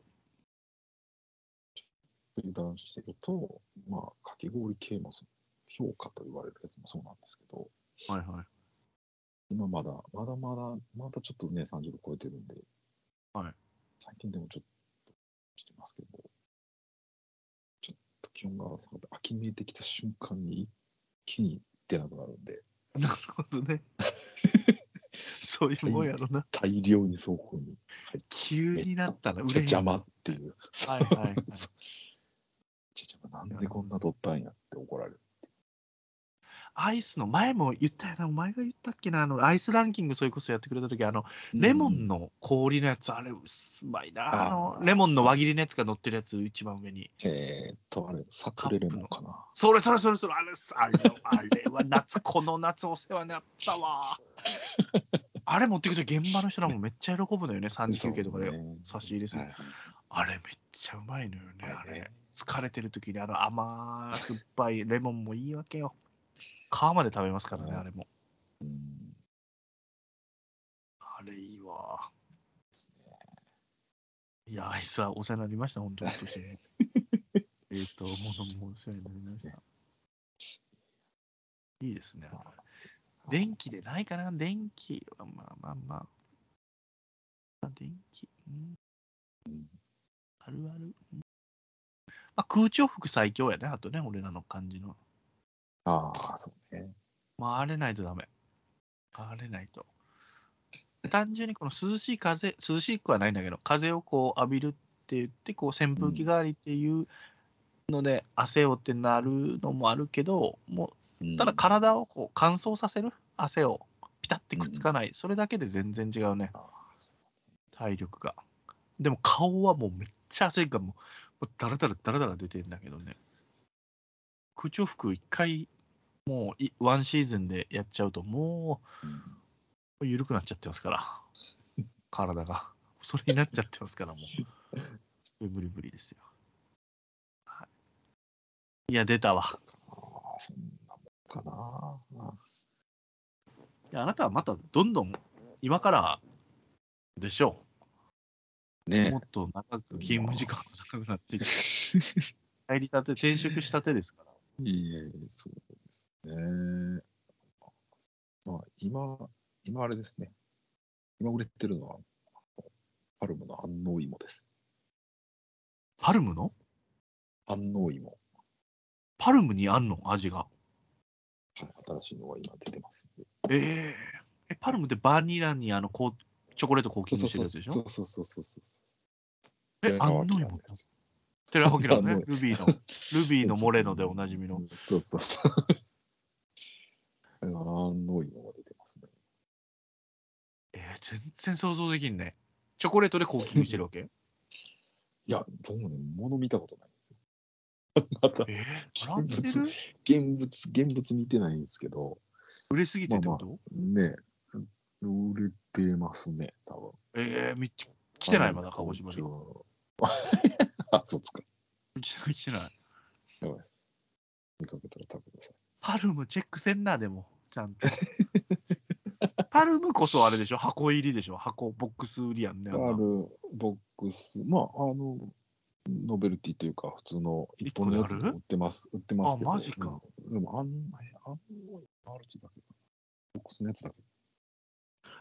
Speaker 1: 油断してると、まあ、かき氷系もそう評価と言われるやつもそうなんですけど、
Speaker 2: はいはい。
Speaker 1: 今まだ、まだまだ、まだちょっとね、30度超えてるんで、
Speaker 2: はい
Speaker 1: 最近でもちょっとしてますけど、ちょっと気温が下がって、秋めいてきた瞬間に一気に出なくなるんで、
Speaker 2: なるほど <laughs> ね。そういうもんやろな。
Speaker 1: 大量に倉庫に入って、
Speaker 2: 急になった
Speaker 1: め
Speaker 2: ら
Speaker 1: っちゃ
Speaker 2: 売れへ
Speaker 1: 邪
Speaker 2: ん。
Speaker 1: 魔っていう。
Speaker 2: はいはいはい
Speaker 1: ちっちゃいなんでこんな取ったんやって怒られる。
Speaker 2: <laughs> アイスの前も言ったよな、お前が言ったっけな、あのアイスランキングそれこそやってくれた時あのレモンの氷のやつ、あれうまいな。あの
Speaker 1: あー
Speaker 2: レモンの輪切りのやつが乗ってるやつ、一番上に。
Speaker 1: えーっと、あれ、サクレレモンかな。
Speaker 2: それそれそれそれ、あれあれあれは夏、この夏お世話になった <laughs> わ。あれ持ってくと現場の人らもめっちゃ喜ぶのよね、3時休憩とかで
Speaker 1: ね
Speaker 2: 差し入れする。
Speaker 1: はい
Speaker 2: あれめっちゃうまいのよね、あ
Speaker 1: あれ
Speaker 2: れ
Speaker 1: ね。
Speaker 2: 疲れてる時にあの甘酸っぱいレ <laughs> モンもいいわけよ。皮まで食べますからね、
Speaker 1: うん
Speaker 2: あれも。
Speaker 1: うん
Speaker 2: あれいいわ。いや、あいつはお世話になりました、本当に
Speaker 1: <laughs>
Speaker 2: 今年。えっと、もうもうお世話になりました。いいですね。電気でないかな電気はまあまあまあ。電気。うん、あるある。うんまあ、空調服最強やね、あとね、俺らの感じの。
Speaker 1: ああ、そうね。
Speaker 2: 回れないとダメ。回れないと。単純にこの涼しい風、涼しくはないんだけど、風をこう浴びるって言って、こう扇風機代わりっていうので、汗をってなるのもあるけど、も
Speaker 1: うん
Speaker 2: うただ体をこう乾燥させる、汗をピタってくっつかない、それだけで全然違うね、
Speaker 1: ああそ
Speaker 2: 体力が。でも顔はもうめっちゃ汗がもう、もうだらだらだらだら出てんだけどね。空調服一回、もういワンシーズンでやっちゃうと、もう、
Speaker 1: ううん
Speaker 2: 緩くなっちゃってますから、体が。それになっちゃってますから、もう。無理無理ですよ。はい、いや、出たわ。
Speaker 1: ああ、そんなもんかな。あ
Speaker 2: いやあなたはまたどんどん今からでしょ
Speaker 1: あ
Speaker 2: う。
Speaker 1: ね
Speaker 2: もっと長く勤務時間が長くなっていく。帰りたて、転職したてですから。
Speaker 1: え。 <laughs> いえいえ、そうですね。まあ、今、今あれですね。今売れてるのは、パルムの安納芋です。
Speaker 2: パルムの
Speaker 1: 安納芋。
Speaker 2: パルムにあんの味が。
Speaker 1: はい新しいのが今出てますんで。
Speaker 2: えええ、パルムってバニラにあのこうチョコレートコーティングしてるやつでしょ
Speaker 1: そうそうそうそうそう。
Speaker 2: え、安納芋って寺脇のね、ル
Speaker 1: <laughs>
Speaker 2: ビーの、ルビーのモレノでおなじみの。。
Speaker 1: そうそうそう。 <laughs> あのノイのが出てますね。
Speaker 2: えー、全然想像できんね。チョコレートでコーティングしてるわけ
Speaker 1: いや、どうもね、物見たことないんですよ。また、
Speaker 2: えー、並んでる
Speaker 1: 現物、現物見てないんですけど、
Speaker 2: 売れすぎてってこと、
Speaker 1: ねえ、売れてますね、多
Speaker 2: えー、み来
Speaker 1: 分。
Speaker 2: てないまだ鹿児島に
Speaker 1: に。。 <laughs> あ、そうっすか。
Speaker 2: 来てない来てない。
Speaker 1: やばいです。見かけたら食べてください。
Speaker 2: パルムチェックせんな、でも、ちゃん
Speaker 1: <laughs>
Speaker 2: と。パルムこそあれでしょ箱入りでしょ箱、ボックス売りやんね。あんな
Speaker 1: あるボックス、まあ、あの、ノベルティというか、普通の一本のやつ
Speaker 2: 一本であ
Speaker 1: も
Speaker 2: る
Speaker 1: 売ってます。売ってますけど。
Speaker 2: あマジか
Speaker 1: うん。でも、あん、あん、マルチだけか。ボックスのやつだけ。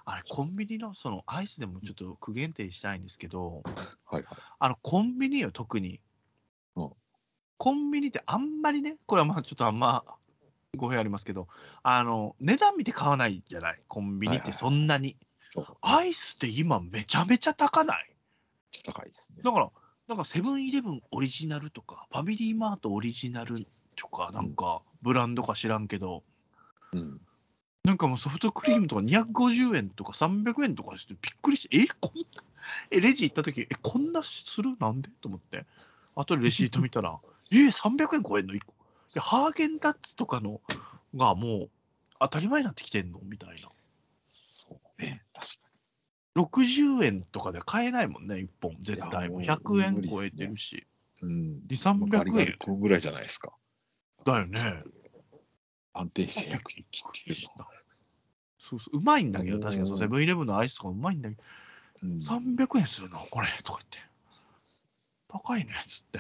Speaker 2: あれ、コンビニのそのアイスでもちょっと苦言定したいんですけど、
Speaker 1: はいはい。
Speaker 2: あのコンビニよ、特に
Speaker 1: うん。
Speaker 2: コンビニってあんまりね、これはまあちょっとあんま語弊ありますけど、あの値段見て買わないじゃない、コンビニってそんなに。
Speaker 1: そう。
Speaker 2: アイスって今、めちゃめちゃ高ない
Speaker 1: ちょっと高いですね。
Speaker 2: だから、なんかセブンイレブンオリジナルとか、ファミリーマートオリジナルとか、なんかブランドか知らんけど、
Speaker 1: うん。
Speaker 2: なんかもうソフトクリームとか250円とか300円とかしてびっくりして、え、こんな、え、レジ行った時、え、こんなするなんでと思って、あとでレシート見たら、え、300円超えんの ?1 個。で、ハーゲンダッツとかのがもう当たり前になってきてんのみたい
Speaker 1: そうね。確か
Speaker 2: な。60円とかで買えないもんね、1本、絶対。もう
Speaker 1: いやもう
Speaker 2: 100円
Speaker 1: 無理っすね
Speaker 2: 超えてるし、
Speaker 1: に。うん。
Speaker 2: 2、
Speaker 1: バリ
Speaker 2: 300
Speaker 1: バ
Speaker 2: 円
Speaker 1: リ食うぐらいじゃないですか。
Speaker 2: だよね。
Speaker 1: 安定して役に切ってる
Speaker 2: そうそう、うまいんだけど、確かにそうう、
Speaker 1: ん
Speaker 2: セブンイレブンのアイスとかうまいんだけど、
Speaker 1: の。うん
Speaker 2: 300円するのこれ、とか言って。高いね、つって。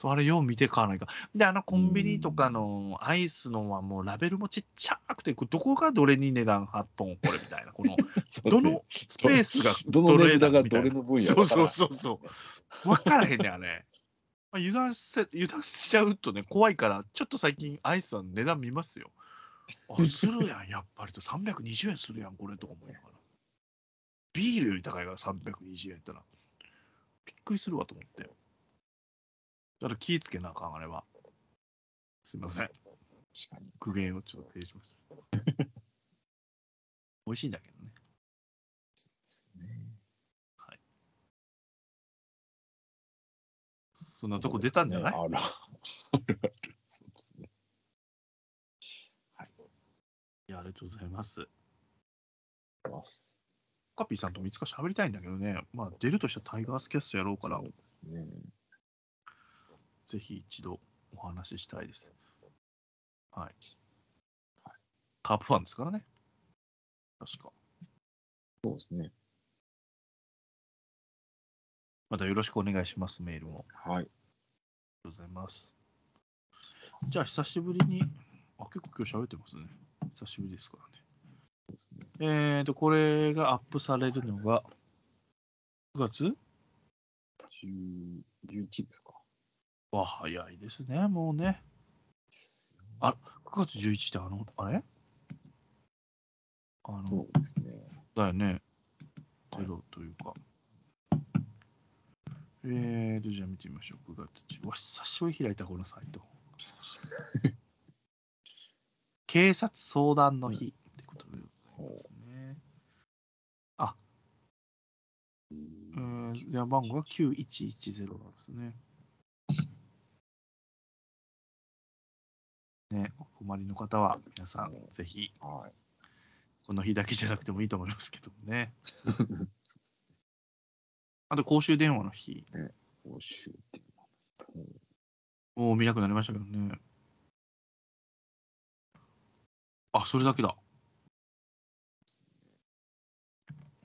Speaker 2: そうあれ、よう見て買わないか。で、あのコンビニとかのアイスのはもうラベルもちっちゃくて、これどこがどれに値段8本これみたいな、この
Speaker 1: <laughs> そうね
Speaker 2: どのスペースが
Speaker 1: どの値
Speaker 2: だ
Speaker 1: 段が
Speaker 2: みた
Speaker 1: ど
Speaker 2: い
Speaker 1: れ
Speaker 2: な
Speaker 1: の分野
Speaker 2: そうそうそううそう。分からへんねん、あれ。まあ、油断せ油断しちゃうとね、怖いから、ちょっと最近、アイスは値段見ますよ。あ、するやん、やっぱりと。320円するやん、これとか思いながら。ビールより高いから、320円ってな。びっくりするわと思って。だから気ぃつけなあかん、あれは。すいません。
Speaker 1: 確かに
Speaker 2: 苦言をちょっと提示しました。美味しいんだけどね。
Speaker 1: ですね
Speaker 2: そんなとこ出たんじゃない
Speaker 1: あるあるあるそうですね
Speaker 2: いや、ありがとうございます。
Speaker 1: あります
Speaker 2: カピーさんともいつか喋りたいんだけどね、まあ、出るとしたらタイガースキャストやろうから
Speaker 1: そう、ですね
Speaker 2: ぜひ一度お話ししたいです。はい。カープファンですからね。確か。
Speaker 1: そうですね
Speaker 2: またよろしくお願いします、メールも。
Speaker 1: はい
Speaker 2: ありがとうございます。じゃあ、久しぶりに、あ、結構今日喋ってますね。久しぶりですからね。えっ、ー、と、これがアップされるのが、9月
Speaker 1: 10 11ですか
Speaker 2: わ、早いですね、もうね。9月11ってあの、あれあの
Speaker 1: そ、うですね
Speaker 2: だよね。テロというか。えーと、じゃあ見てみましょう。9月中。わ、久しぶりに開いた、このサイ
Speaker 1: <laughs>
Speaker 2: ト。警察相談の日ってことでございますね。あ、えー、電話番号が9110なんですね。ね、お困りの方は皆さん、ぜひ
Speaker 1: はい
Speaker 2: この日だけじゃなくてもいいと思いますけどね。あと公衆電話の日。
Speaker 1: 報酬っていうのは
Speaker 2: もう見なくなりましたけどね。あ、それだけだ。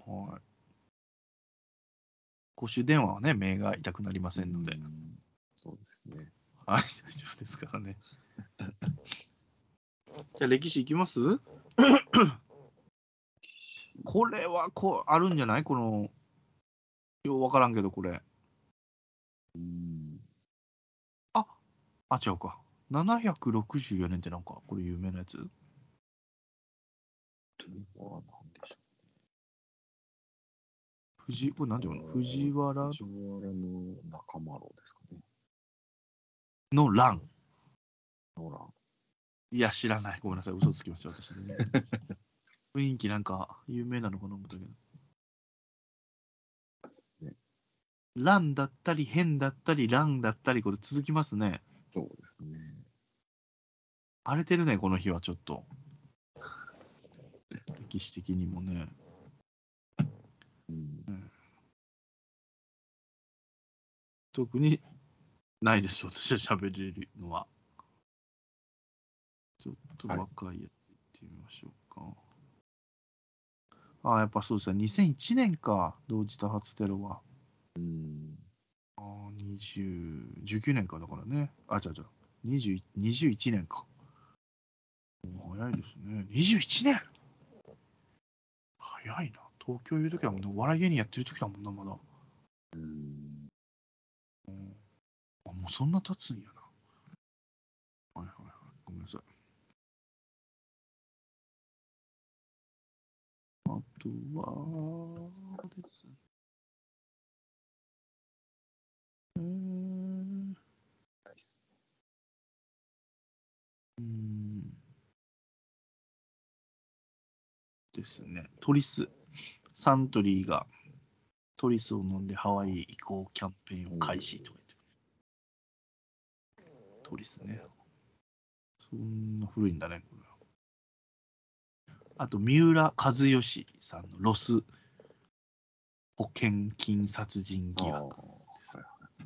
Speaker 2: はい。公衆電話はね、目が痛くなりませんので
Speaker 1: う。んそうですね
Speaker 2: はい、大丈夫ですから <laughs> ね。じゃあ歴史いきます <coughs> これはこうあるんじゃないこの、ようわからんけど、これ。
Speaker 1: うん
Speaker 2: あ、違うか。764年ってなんか、これ有名なやつ
Speaker 1: というのは何でしょ
Speaker 2: 藤、これなんていうの
Speaker 1: う
Speaker 2: 藤原
Speaker 1: 藤原の仲間郎ですかね
Speaker 2: の乱。
Speaker 1: ノラン
Speaker 2: いや、知らない。ごめんなさい。嘘つきました、私ね。雰囲気なんか、有名なのかな思ったけど。
Speaker 1: ね
Speaker 2: 乱だったり、変だったり、乱だったり、これ続きますね。
Speaker 1: そうですね
Speaker 2: 荒れてるね、この日はちょっと。歴史的にもね。
Speaker 1: うん
Speaker 2: 特にないです、私は喋れるのは。ちょっと
Speaker 1: はい
Speaker 2: 若いやついってみましょうか。ああ、やっぱそうですね。2001年か、同時多発テロは。
Speaker 1: うん
Speaker 2: ああ、20 19年かだからね。あ、違う違う。20 21年か。もう早いですね。21年早いな。東京いるときはもうね、お笑い芸人やってるときだもんな、まだ。
Speaker 1: うん。
Speaker 2: あもうそんな経つんやな。はいはいはい。ごめんなさい。あとはですね。うーん。
Speaker 1: ナイス
Speaker 2: うーんですね。トリス。サントリーがトリスを飲んでハワイ移行キャンペーンを開始とか言ってトリスね。そんな古いんだね、これは。あと、三浦和義さんのロス保険金殺人疑
Speaker 1: あー
Speaker 2: 惑。
Speaker 1: はいはい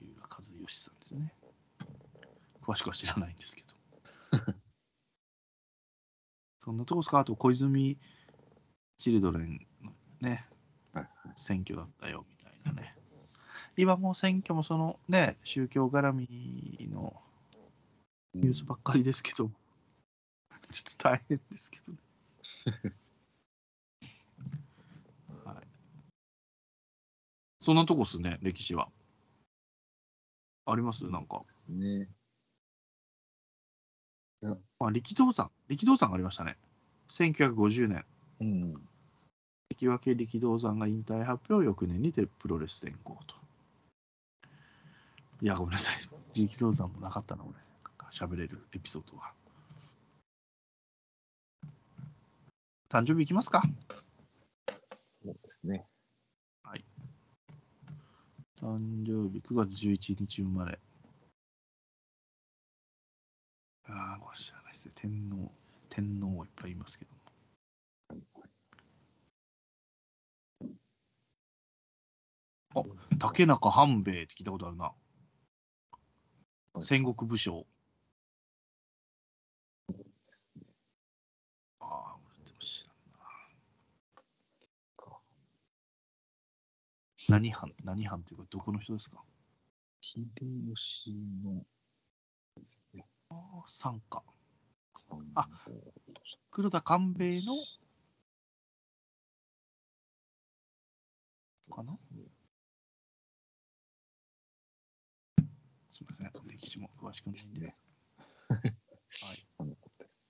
Speaker 2: 三浦和義さんですね。詳しくは知らないんですけど。
Speaker 1: <laughs>
Speaker 2: そんなとこですかあと、小泉チルドレンのね、
Speaker 1: はいは
Speaker 2: 選挙だったよみたいなね。今もう選挙もそのね、宗教絡みのニュースばっかりですけど、ちょっと大変ですけどね。はい、そんなとこっすね、歴史は。ありますなんか。
Speaker 1: ですね。
Speaker 2: あ、力道山。力道山がありましたね。1950年。
Speaker 1: うん。
Speaker 2: 関脇力道山が引退発表、翌年にてプロレス転向と。いや、ごめんなさい。力道山もなかったな、俺。喋れるエピソードは。誕生日いきますか
Speaker 1: そうですね。
Speaker 2: 誕生日9月11日生まれ。ああ、これ知らないですね。天皇、天皇はいっぱいいますけど。竹中半兵衛って聞いたことあるな。
Speaker 1: い
Speaker 2: 戦国武将。ああ、俺でも知らんな
Speaker 1: か。
Speaker 2: 何藩何藩というか、どこの人ですか
Speaker 1: 秀吉のですね。
Speaker 2: 三家。
Speaker 1: 参
Speaker 2: あ
Speaker 1: 謀
Speaker 2: 黒田官兵衛のかなすみません、歴史も詳しくないんです。
Speaker 1: です
Speaker 2: はい、
Speaker 1: あの子です。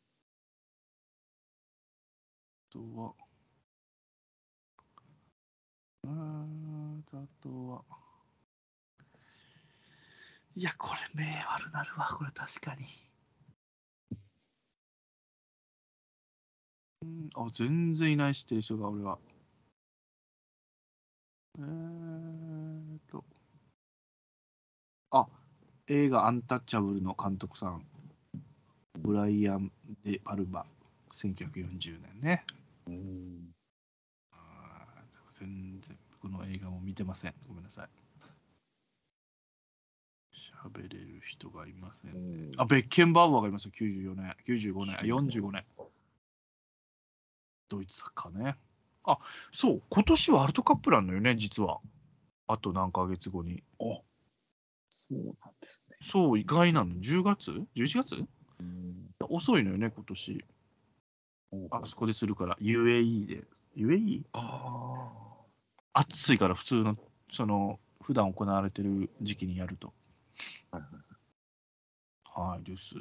Speaker 2: あとは、うーん、あとは、いや、これ、名悪なるわ、これ、確かに。うん、あ、全然いない知ってる人が、俺は。えーっと、あ、映画アンタッチャブルの監督さん、ブライアン・デ・パルバ、1940年ね。
Speaker 1: うん。
Speaker 2: あー全然この映画も見てません。ごめんなさい。喋れる人がいません。あ、ベッケンバウアーがいますよ。94年、95年、あ45年。ドイツサッカーね。あ、そう、今年ワールドカップなのよね、実は。あと何ヶ月後に。
Speaker 1: そうなんですね。
Speaker 2: そう、意外なの。10月 ?11 月
Speaker 1: うん。
Speaker 2: 遅いのよね、今年。あ
Speaker 1: あ
Speaker 2: そこでするから、UAE で。UAE?
Speaker 1: あ
Speaker 2: 暑いから普通のその普段行われてる時期にやると
Speaker 1: はいは
Speaker 2: はいです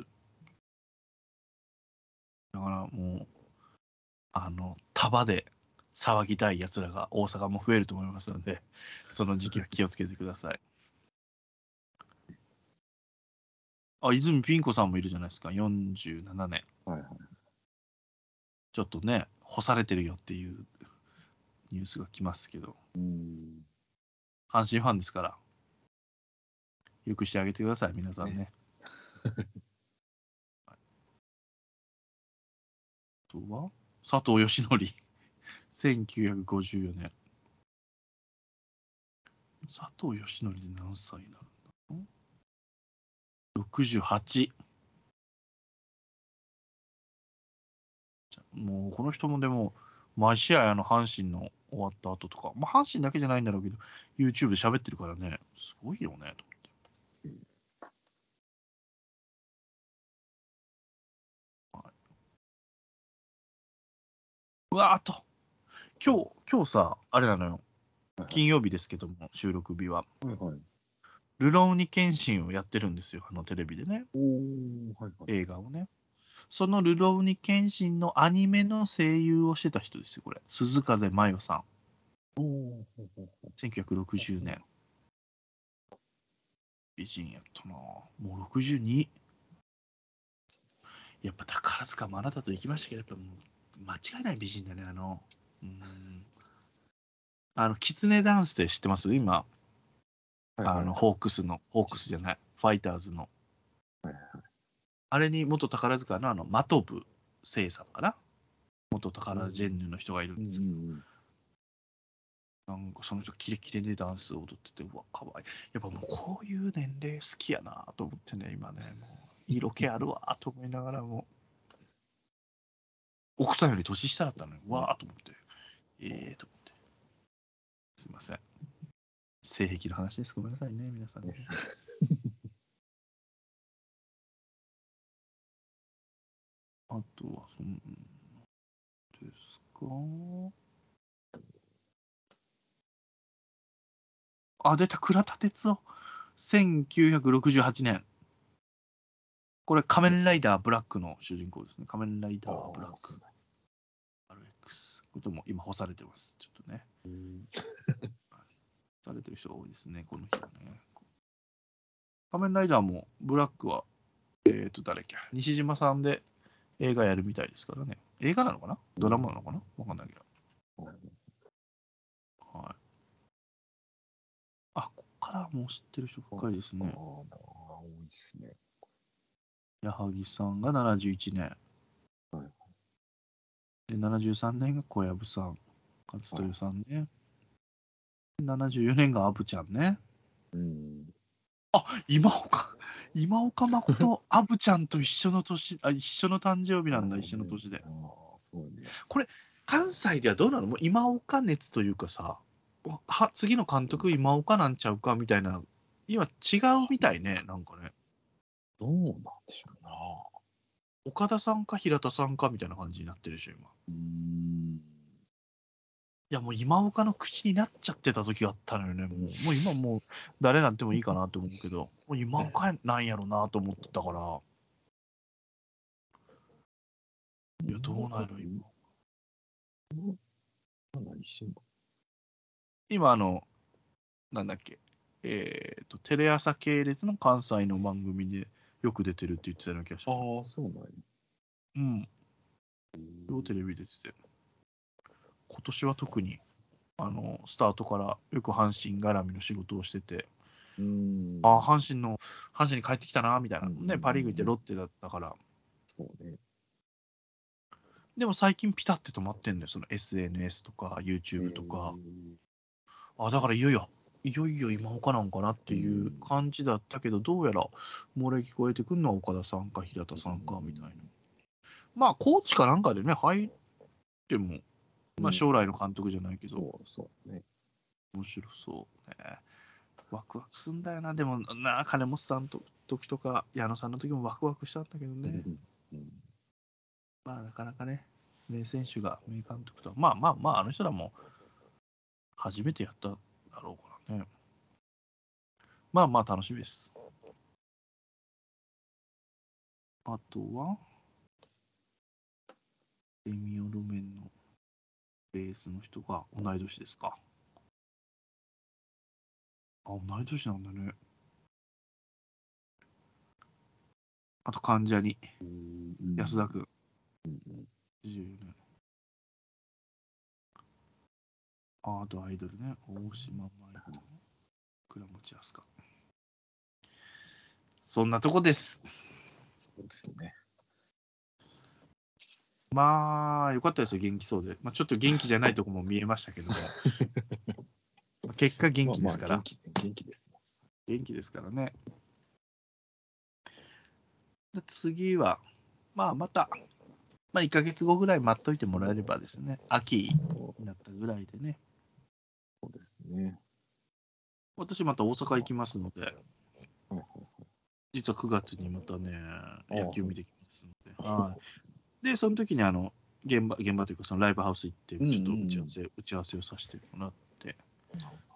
Speaker 2: だからもうあの束で騒ぎたいやつらが大阪も増えると思いますのでその時期は気をつけてくださいあ泉ピン子さんもいるじゃないですか47年
Speaker 1: ー。はいはい。
Speaker 2: ちょっとね干されてるよっていうニュースが来ますけど
Speaker 1: うん。
Speaker 2: 阪神ファンですから、よくしてあげてください、皆さんね。 <laughs> はいあとは佐藤義則、1954年。佐藤義則で何歳になるんだ ?68。じゃもうこの人もでも、毎試合あの阪神の終わった後とか、まあ、阪神だけじゃないんだろうけど、YouTube で喋ってるからね、すごいよね、と思って。はいうわーっと。今日、今日さ、あれなのよ。金曜日ですけども、収録日は。
Speaker 1: はいはい。
Speaker 2: ルローニケンシンをやってるんですよ、あのテレビでね、
Speaker 1: おー、はいはい。
Speaker 2: 映画をね。そのルローニケンシンのアニメの声優をしてた人ですよ、これ。鈴風真世さん。
Speaker 1: おー、ほうほうほ
Speaker 2: 1960年。美人やったなぁもう62。やっぱ宝塚もあなたと行きましたけど、やっぱもう間違いない美人だね、あの。うん。あの、キツネダンスって知ってます今、
Speaker 1: うはいはい
Speaker 2: あの、ホークスの、ホークスじゃない、ファイターズの。
Speaker 1: はいはい
Speaker 2: あれに元宝塚のあの、真飛聖さんかな元宝ジェンヌの人がいる
Speaker 1: うんん
Speaker 2: で
Speaker 1: う
Speaker 2: す
Speaker 1: んうん
Speaker 2: なんかその人キレキレでダンス踊っててうわ可愛いやっぱもうこういう年齢好きやなと思ってね今ねもう色気あるわと思いながらも奥さんより年下だったのにうわーと思ってええと思ってすいません性癖の話ですごめんなさいね皆さんね
Speaker 1: ね
Speaker 2: <laughs> あとはそんですかあ、出た、倉田哲夫。1968年。これ、仮面ライダーブラックの主人公ですね。仮面ライダーブラック。RX。これとも今干されてます。ちょっとね。干されてる人が多いですね、この日はね。仮面ライダーもブラックは、えっ、と、誰っけ、西島さんで映画やるみたいですからね。映画なのかなドラマなのかなわかんないけど。はい。あ、ここからもう知ってる人ばっかりです
Speaker 1: あー
Speaker 2: ね。
Speaker 1: なるほど多いっすね。
Speaker 2: 矢作さんが71年。
Speaker 1: はい
Speaker 2: で、73年が小籔さん、勝豊さんね。74年がアブちゃんね。
Speaker 1: うん。
Speaker 2: 今岡、今岡 <laughs> 誠、アブちゃんと一緒の年、あ、一緒の誕生日なんだ、一緒の年で
Speaker 1: あ。あ、そうね。
Speaker 2: 関西ではどうなのもう今岡熱というかさ、は次の監督今岡なんちゃうかみたいな、今違うみたいね、なんかね。
Speaker 1: どうなんでしょうな。
Speaker 2: 岡田さんか平田さんかみたいな感じになってるでしょ、今。
Speaker 1: うーん。
Speaker 2: いやもう今岡の口になっちゃってた時があったのよね。もうもう今もう誰なんてもいいかなと思うけど、もう今岡なんやろなと思ってたから、いやどうなんやろ今。
Speaker 1: 何してんの
Speaker 2: 今あの、なんだっけ、えっ、と、テレ朝系列の関西の番組でよく出てるって言ってたような気がした。
Speaker 1: ああ、そうなんや。
Speaker 2: うん。両テレビで出てて。今年は特に、あの、スタートからよく阪神絡みの仕事をしてて、
Speaker 1: うーん。
Speaker 2: あー阪神の、阪神に帰ってきたな、みたいな。
Speaker 1: うん
Speaker 2: ね、パ・リーグ行ってロッテだったから。
Speaker 1: そうね。
Speaker 2: でも最近ピタって止まってんのよ。その SNS とか YouTube とか。あ、だからいよいよ、いよいよ今岡なんかなっていう感じだったけど、どうやら漏れ聞こえてくるのは岡田さんか平田さんかみたいな。まあ、コーチかなんかでね、入っても、まあ将来の監督じゃないけ
Speaker 1: えー
Speaker 2: ど、
Speaker 1: そうそうね。
Speaker 2: 面白そうね。ワクワクすんだよな。でも、なあ、金本さんの時とか、矢野さんの時もワクワクしたんだけどね。
Speaker 1: うんうん
Speaker 2: まあ、なかなかね、名選手が名監督とは、まあまあまあ、あの人らも初めてやっただろうからね。まあまあ、楽しみです。あとは、デミオロメンのベースの人が同い年ですか。あ、同い年なんだね。あと、関ジャニ、
Speaker 1: うん
Speaker 2: 安田君。
Speaker 1: うん
Speaker 2: 84年。ああとアイドルね。大島麻衣と倉持明日香。そんなとこです。
Speaker 1: そうですね。
Speaker 2: まあ、よかったですよ、元気そうで。まあ、ちょっと元気じゃないとこも見えましたけ
Speaker 1: <laughs>
Speaker 2: ども。まあ結果、元気ですから、
Speaker 1: まあまあ元気元気ですよ。
Speaker 2: 元気ですからね。で次は、まあ、また、まあ、1ヶ月後ぐらい待っといてもらえればですね、秋
Speaker 1: そ
Speaker 2: になったぐらいでね。
Speaker 1: うですね。
Speaker 2: 私また大阪行きますので、
Speaker 1: はいはい
Speaker 2: 実は9月にまたね、
Speaker 1: あ
Speaker 2: 野球見てきますので、はい。で、その時にあの、現場現場というかそのライブハウス行って
Speaker 1: んうん
Speaker 2: ちょっと打ち合わせ、打ち合わせをさせてもらって、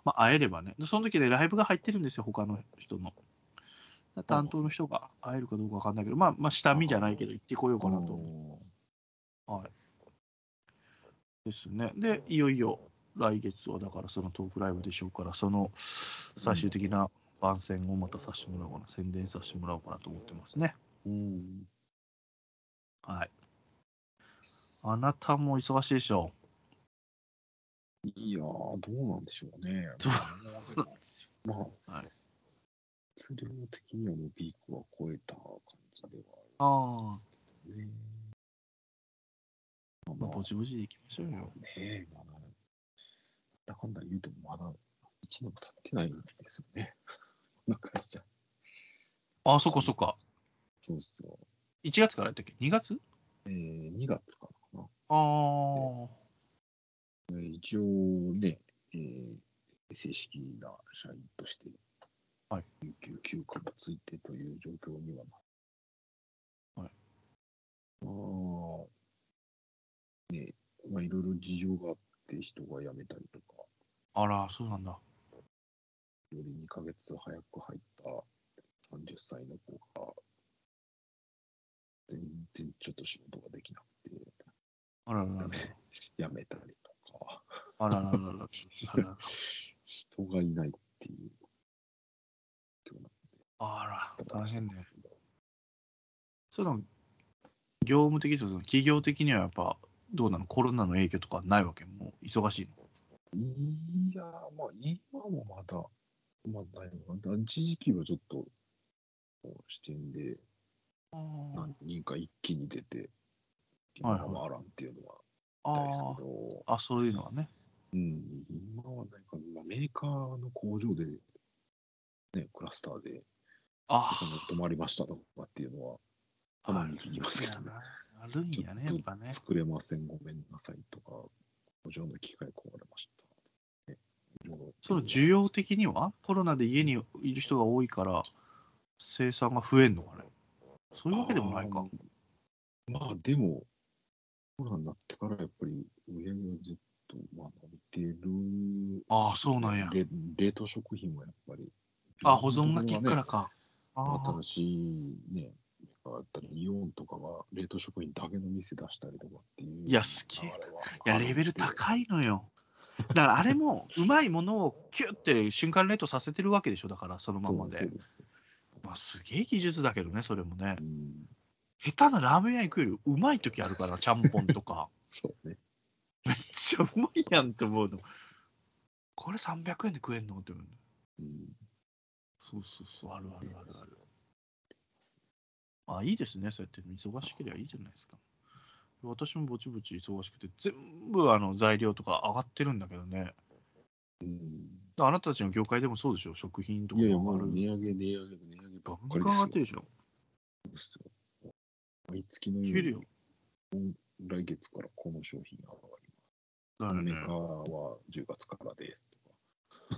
Speaker 2: まあ、会えればねでその時でライブが入ってるんですよ他の人の担当の人が会えるかどうか分かんないけどまあまあ下見じゃないけど行ってこようかなと思うですねでいよいよ来月はだからそのトークライブでしょうからその最終的な番宣をまたさせてもらおうかな宣伝させてもらおうかなと思ってますね
Speaker 1: うん。
Speaker 2: はいあなたも忙しいでしょ
Speaker 1: いやー、どうなんでしょうね。
Speaker 2: ど
Speaker 1: う <laughs> まあ、
Speaker 2: はい
Speaker 1: 質量的にはもうピークは超えた感じでは
Speaker 2: ああ
Speaker 1: あるね。
Speaker 2: まあ、ぼちぼちでいきましょう
Speaker 1: ね
Speaker 2: よ。
Speaker 1: え、まだ、なんだかんだ言うてもまだ1年も経ってないんですよね。 <laughs> こんな感じじゃん。
Speaker 2: あ、そっかそっか。
Speaker 1: そうそう。
Speaker 2: 1月からやったっけ ?2 月
Speaker 1: えー、2月からかな。
Speaker 2: ああ。
Speaker 1: 一応ね、えー正式な社員として、
Speaker 2: はい
Speaker 1: 有給休暇もついてという状況にはな
Speaker 2: はい
Speaker 1: あーね、まあいろいろ事情があって人が辞めたりとか、
Speaker 2: あら、そうなんだ。
Speaker 1: より2ヶ月早く入った30歳の子が、全然ちょっと仕事ができなくて、
Speaker 2: あららら
Speaker 1: <laughs>
Speaker 2: ら。
Speaker 1: 辞めたりとか。
Speaker 2: あららららら。あ <laughs> ら
Speaker 1: 人がいないっていう状況なん
Speaker 2: あら、
Speaker 1: だ
Speaker 2: 大変ね。その、業務的とその企業的にはやっぱ、どうなのコロナの影響とかないわけもう忙しいの。
Speaker 1: いやー、まあ今もまだ、まあないのかな。一時期はちょっと、視点で
Speaker 2: あ
Speaker 1: 何人か一気に出て、
Speaker 2: はいはい
Speaker 1: 今はあらんっていうのはあったんですけ
Speaker 2: あ
Speaker 1: ど、
Speaker 2: あ、そういうのはね。
Speaker 1: うん、今はないかな。まあメーカーの工場で、ね、クラスターで、
Speaker 2: あ
Speaker 1: その止まりましたとかっていうのは、た
Speaker 2: あ、
Speaker 1: まに聞きますけどね。
Speaker 2: あるんやね、やっぱね。
Speaker 1: 作れません、ごめんなさいとか、工場の機械壊れました。ねいろいろ
Speaker 2: その需要的にはコロナで家にいる人が多いから生産が増えんのかねそういうわけでもないか。
Speaker 1: あーまあでも、コロナになってからやっぱり売り上げはずっとまあ伸びてる。
Speaker 2: ああ、そうなんや。
Speaker 1: れ冷凍食品はやっぱり。
Speaker 2: あ、保存が効くか
Speaker 1: ね。
Speaker 2: らか。あー
Speaker 1: 新しいね、あったり、イオンとかが冷凍食品だけの店出したりとかっていう。
Speaker 2: いやすげえいや、レベル
Speaker 1: い。
Speaker 2: 高いのよ。だからあれも、うまいものをキュッて瞬間冷凍させてるわけでしょ、だからそのま
Speaker 1: そうな
Speaker 2: ま
Speaker 1: ん
Speaker 2: で。
Speaker 1: ですそうです。
Speaker 2: まあ、すげえ技術だけどね、それもね
Speaker 1: う。ん、
Speaker 2: 下手なラーメン屋行くよりうまい時あるから、ちゃんぽんとか。
Speaker 1: そうね。
Speaker 2: めっちゃうまいやんって思うの。
Speaker 1: そ
Speaker 2: これ300円で食えんのって思うの。
Speaker 1: ううん
Speaker 2: そうそうそう、あるあるあるある。あ、いいですね、そうやって忙しければいいじゃないですか。私もぼちぼち忙しくて、全部あの材料とか上がってるんだけどね。
Speaker 1: うん
Speaker 2: あなたたちの業界でもそうでしょ、食品とか
Speaker 1: いやいや、も
Speaker 2: も上
Speaker 1: う
Speaker 2: がる。
Speaker 1: 値上げ、値上げ、値上げば
Speaker 2: バ
Speaker 1: っ
Speaker 2: ン
Speaker 1: か
Speaker 2: バン
Speaker 1: りです
Speaker 2: 上が
Speaker 1: よ
Speaker 2: ってるでしょ。
Speaker 1: ですよ。毎月の
Speaker 2: 給
Speaker 1: よ
Speaker 2: 料
Speaker 1: う。に来月からこの商品が上がり
Speaker 2: だ
Speaker 1: ます。
Speaker 2: よ
Speaker 1: メ
Speaker 2: ね
Speaker 1: ーカーは10月からですと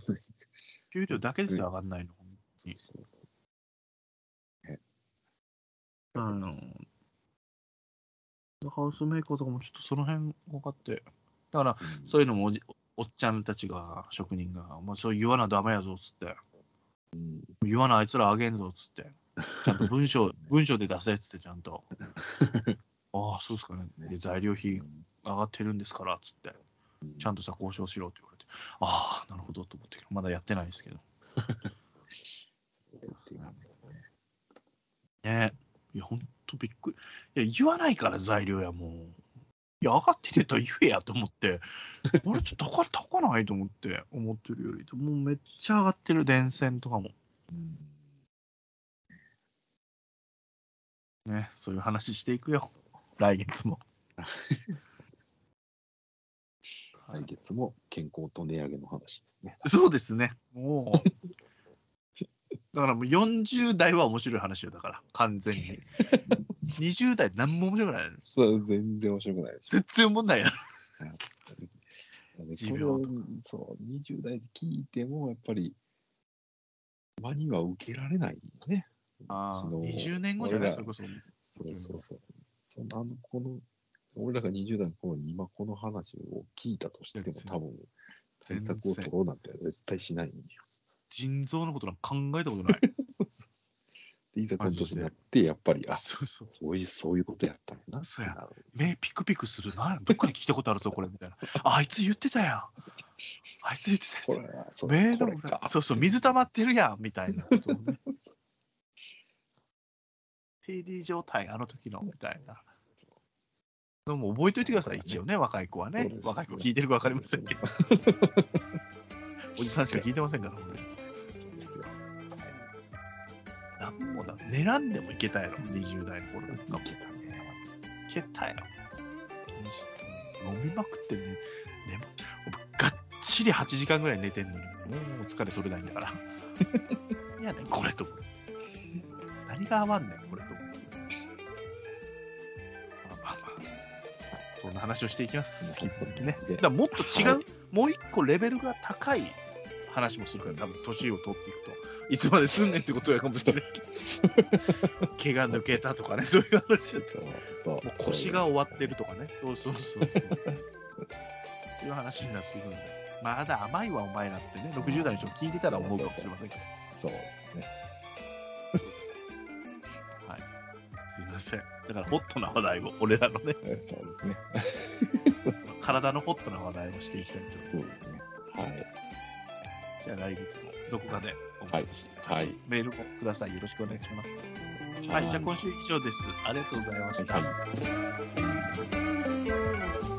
Speaker 1: か。
Speaker 2: 給料だけですよ、上がんないの。
Speaker 1: そうそうそう
Speaker 2: あの、ハウスメーカーとかもちょっとその辺分かって。だから、
Speaker 1: うん
Speaker 2: そういうのもおじおっちゃんたちが、職人が、もうそう言わなダメやぞ、つって。
Speaker 1: うん
Speaker 2: 言わなあいつらあげんぞっつって。ちゃんと文 <laughs> 章、文章で出せっつってちゃん <laughs> と。ああ、そうですかね。で材料費上がってるんですからっつって。ちゃんとさ、交渉しろって言われて。ああ、なるほどと思ってまだやってないですけど。ねえ。いや、ほんとびっくり。いや、言わないから材料やもう。いや、上がってねえとは言えやと思って。 <laughs> 俺ちょっと高い高ないと思って、思ってるより。もうめっちゃ上がってる、電線とかも。
Speaker 1: うん
Speaker 2: ね、そういう話していくよ。来月も。
Speaker 1: 来月も健康と値上げの話ですね。
Speaker 2: そうですね。もう。だからもう40代は面白い話よ、だから、完全 <laughs> に。20代、何も面白くない。
Speaker 1: そう全然面白くないです
Speaker 2: 全然問題や。
Speaker 1: ね
Speaker 2: 寿
Speaker 1: <laughs> こ
Speaker 2: 命
Speaker 1: れ
Speaker 2: と
Speaker 1: を
Speaker 2: か
Speaker 1: そう20代で聞いてもやっぱり間には受けられないよね。
Speaker 2: あ
Speaker 1: その
Speaker 2: 20年後じゃない
Speaker 1: 俺ら
Speaker 2: それこそ。
Speaker 1: そうそうそう。そのあの子の俺らが20代の頃に今この話を聞いたとしても
Speaker 2: 全然
Speaker 1: 多分
Speaker 2: 全
Speaker 1: 対
Speaker 2: 然
Speaker 1: 策を取ろうなんて絶対しないんよ。 <laughs>
Speaker 2: 腎臓のことなんか考えたこと <laughs> ない。
Speaker 1: でいざこの
Speaker 2: マジ
Speaker 1: 年
Speaker 2: で
Speaker 1: になってやっぱりあ
Speaker 2: そうそう。
Speaker 1: そういうそういうことやったんやな。
Speaker 2: そうや
Speaker 1: なる
Speaker 2: 目ピクピクするな。どっかで聞いたことあるぞ、これ。みたいな。ああいつ言ってたやん。あいつ言ってた
Speaker 1: こ
Speaker 2: や
Speaker 1: れはそう
Speaker 2: つ。目
Speaker 1: こ
Speaker 2: の
Speaker 1: れか
Speaker 2: そうそう、水溜まってるやん。みたいな
Speaker 1: <laughs>
Speaker 2: ことをね。TD 状態、あの時の、みたいな。でも覚えておいてください、一応ね、若い子はね
Speaker 1: そうで。す
Speaker 2: 若い子聞いてるか分かりませんけど、おじさんしか聞いてませんから、これ
Speaker 1: そうですよ。
Speaker 2: なんもだ、狙んでもいけたやろ、20代の頃ですか
Speaker 1: い。けたね。
Speaker 2: いけたよ。飲みまくってね、ね僕がっちり8時間ぐらい寝てんのに、もう疲れ取れないん
Speaker 1: <laughs>
Speaker 2: だから。何やねん、これと思って。何が合わんねん、これと思って。まあまあまあ、そんな話をしていきます、引き続きね。だからもっと違う、
Speaker 1: は
Speaker 2: もう一個レベルが高い話もするから、多分年を取っていくと、いつまですんねんってことやかもしれないけど、
Speaker 1: そう
Speaker 2: 毛が抜けたとかね、そういう話です
Speaker 1: そうそう
Speaker 2: もう腰が終わってる
Speaker 1: と。
Speaker 2: とかね、そうそうそ
Speaker 1: そ
Speaker 2: うそう、
Speaker 1: うです
Speaker 2: そういう話になって
Speaker 1: <laughs>
Speaker 2: いくので、まだ甘いわ、お前らってね、60代の人聞いてたら思うかもしれませんけど、
Speaker 1: そうですよね。
Speaker 2: はい、すいません、だからホットな話題を、俺らのね、
Speaker 1: そうですね。
Speaker 2: 体のホットな話題をしていきたいと思います。
Speaker 1: そうですね。はい。
Speaker 2: じゃあ来月もどこかでお待ちしてます、
Speaker 1: はいはい
Speaker 2: メールもください、よろしくお願いします。はい、じゃあ今週以上です。ありがとうございました。
Speaker 1: はい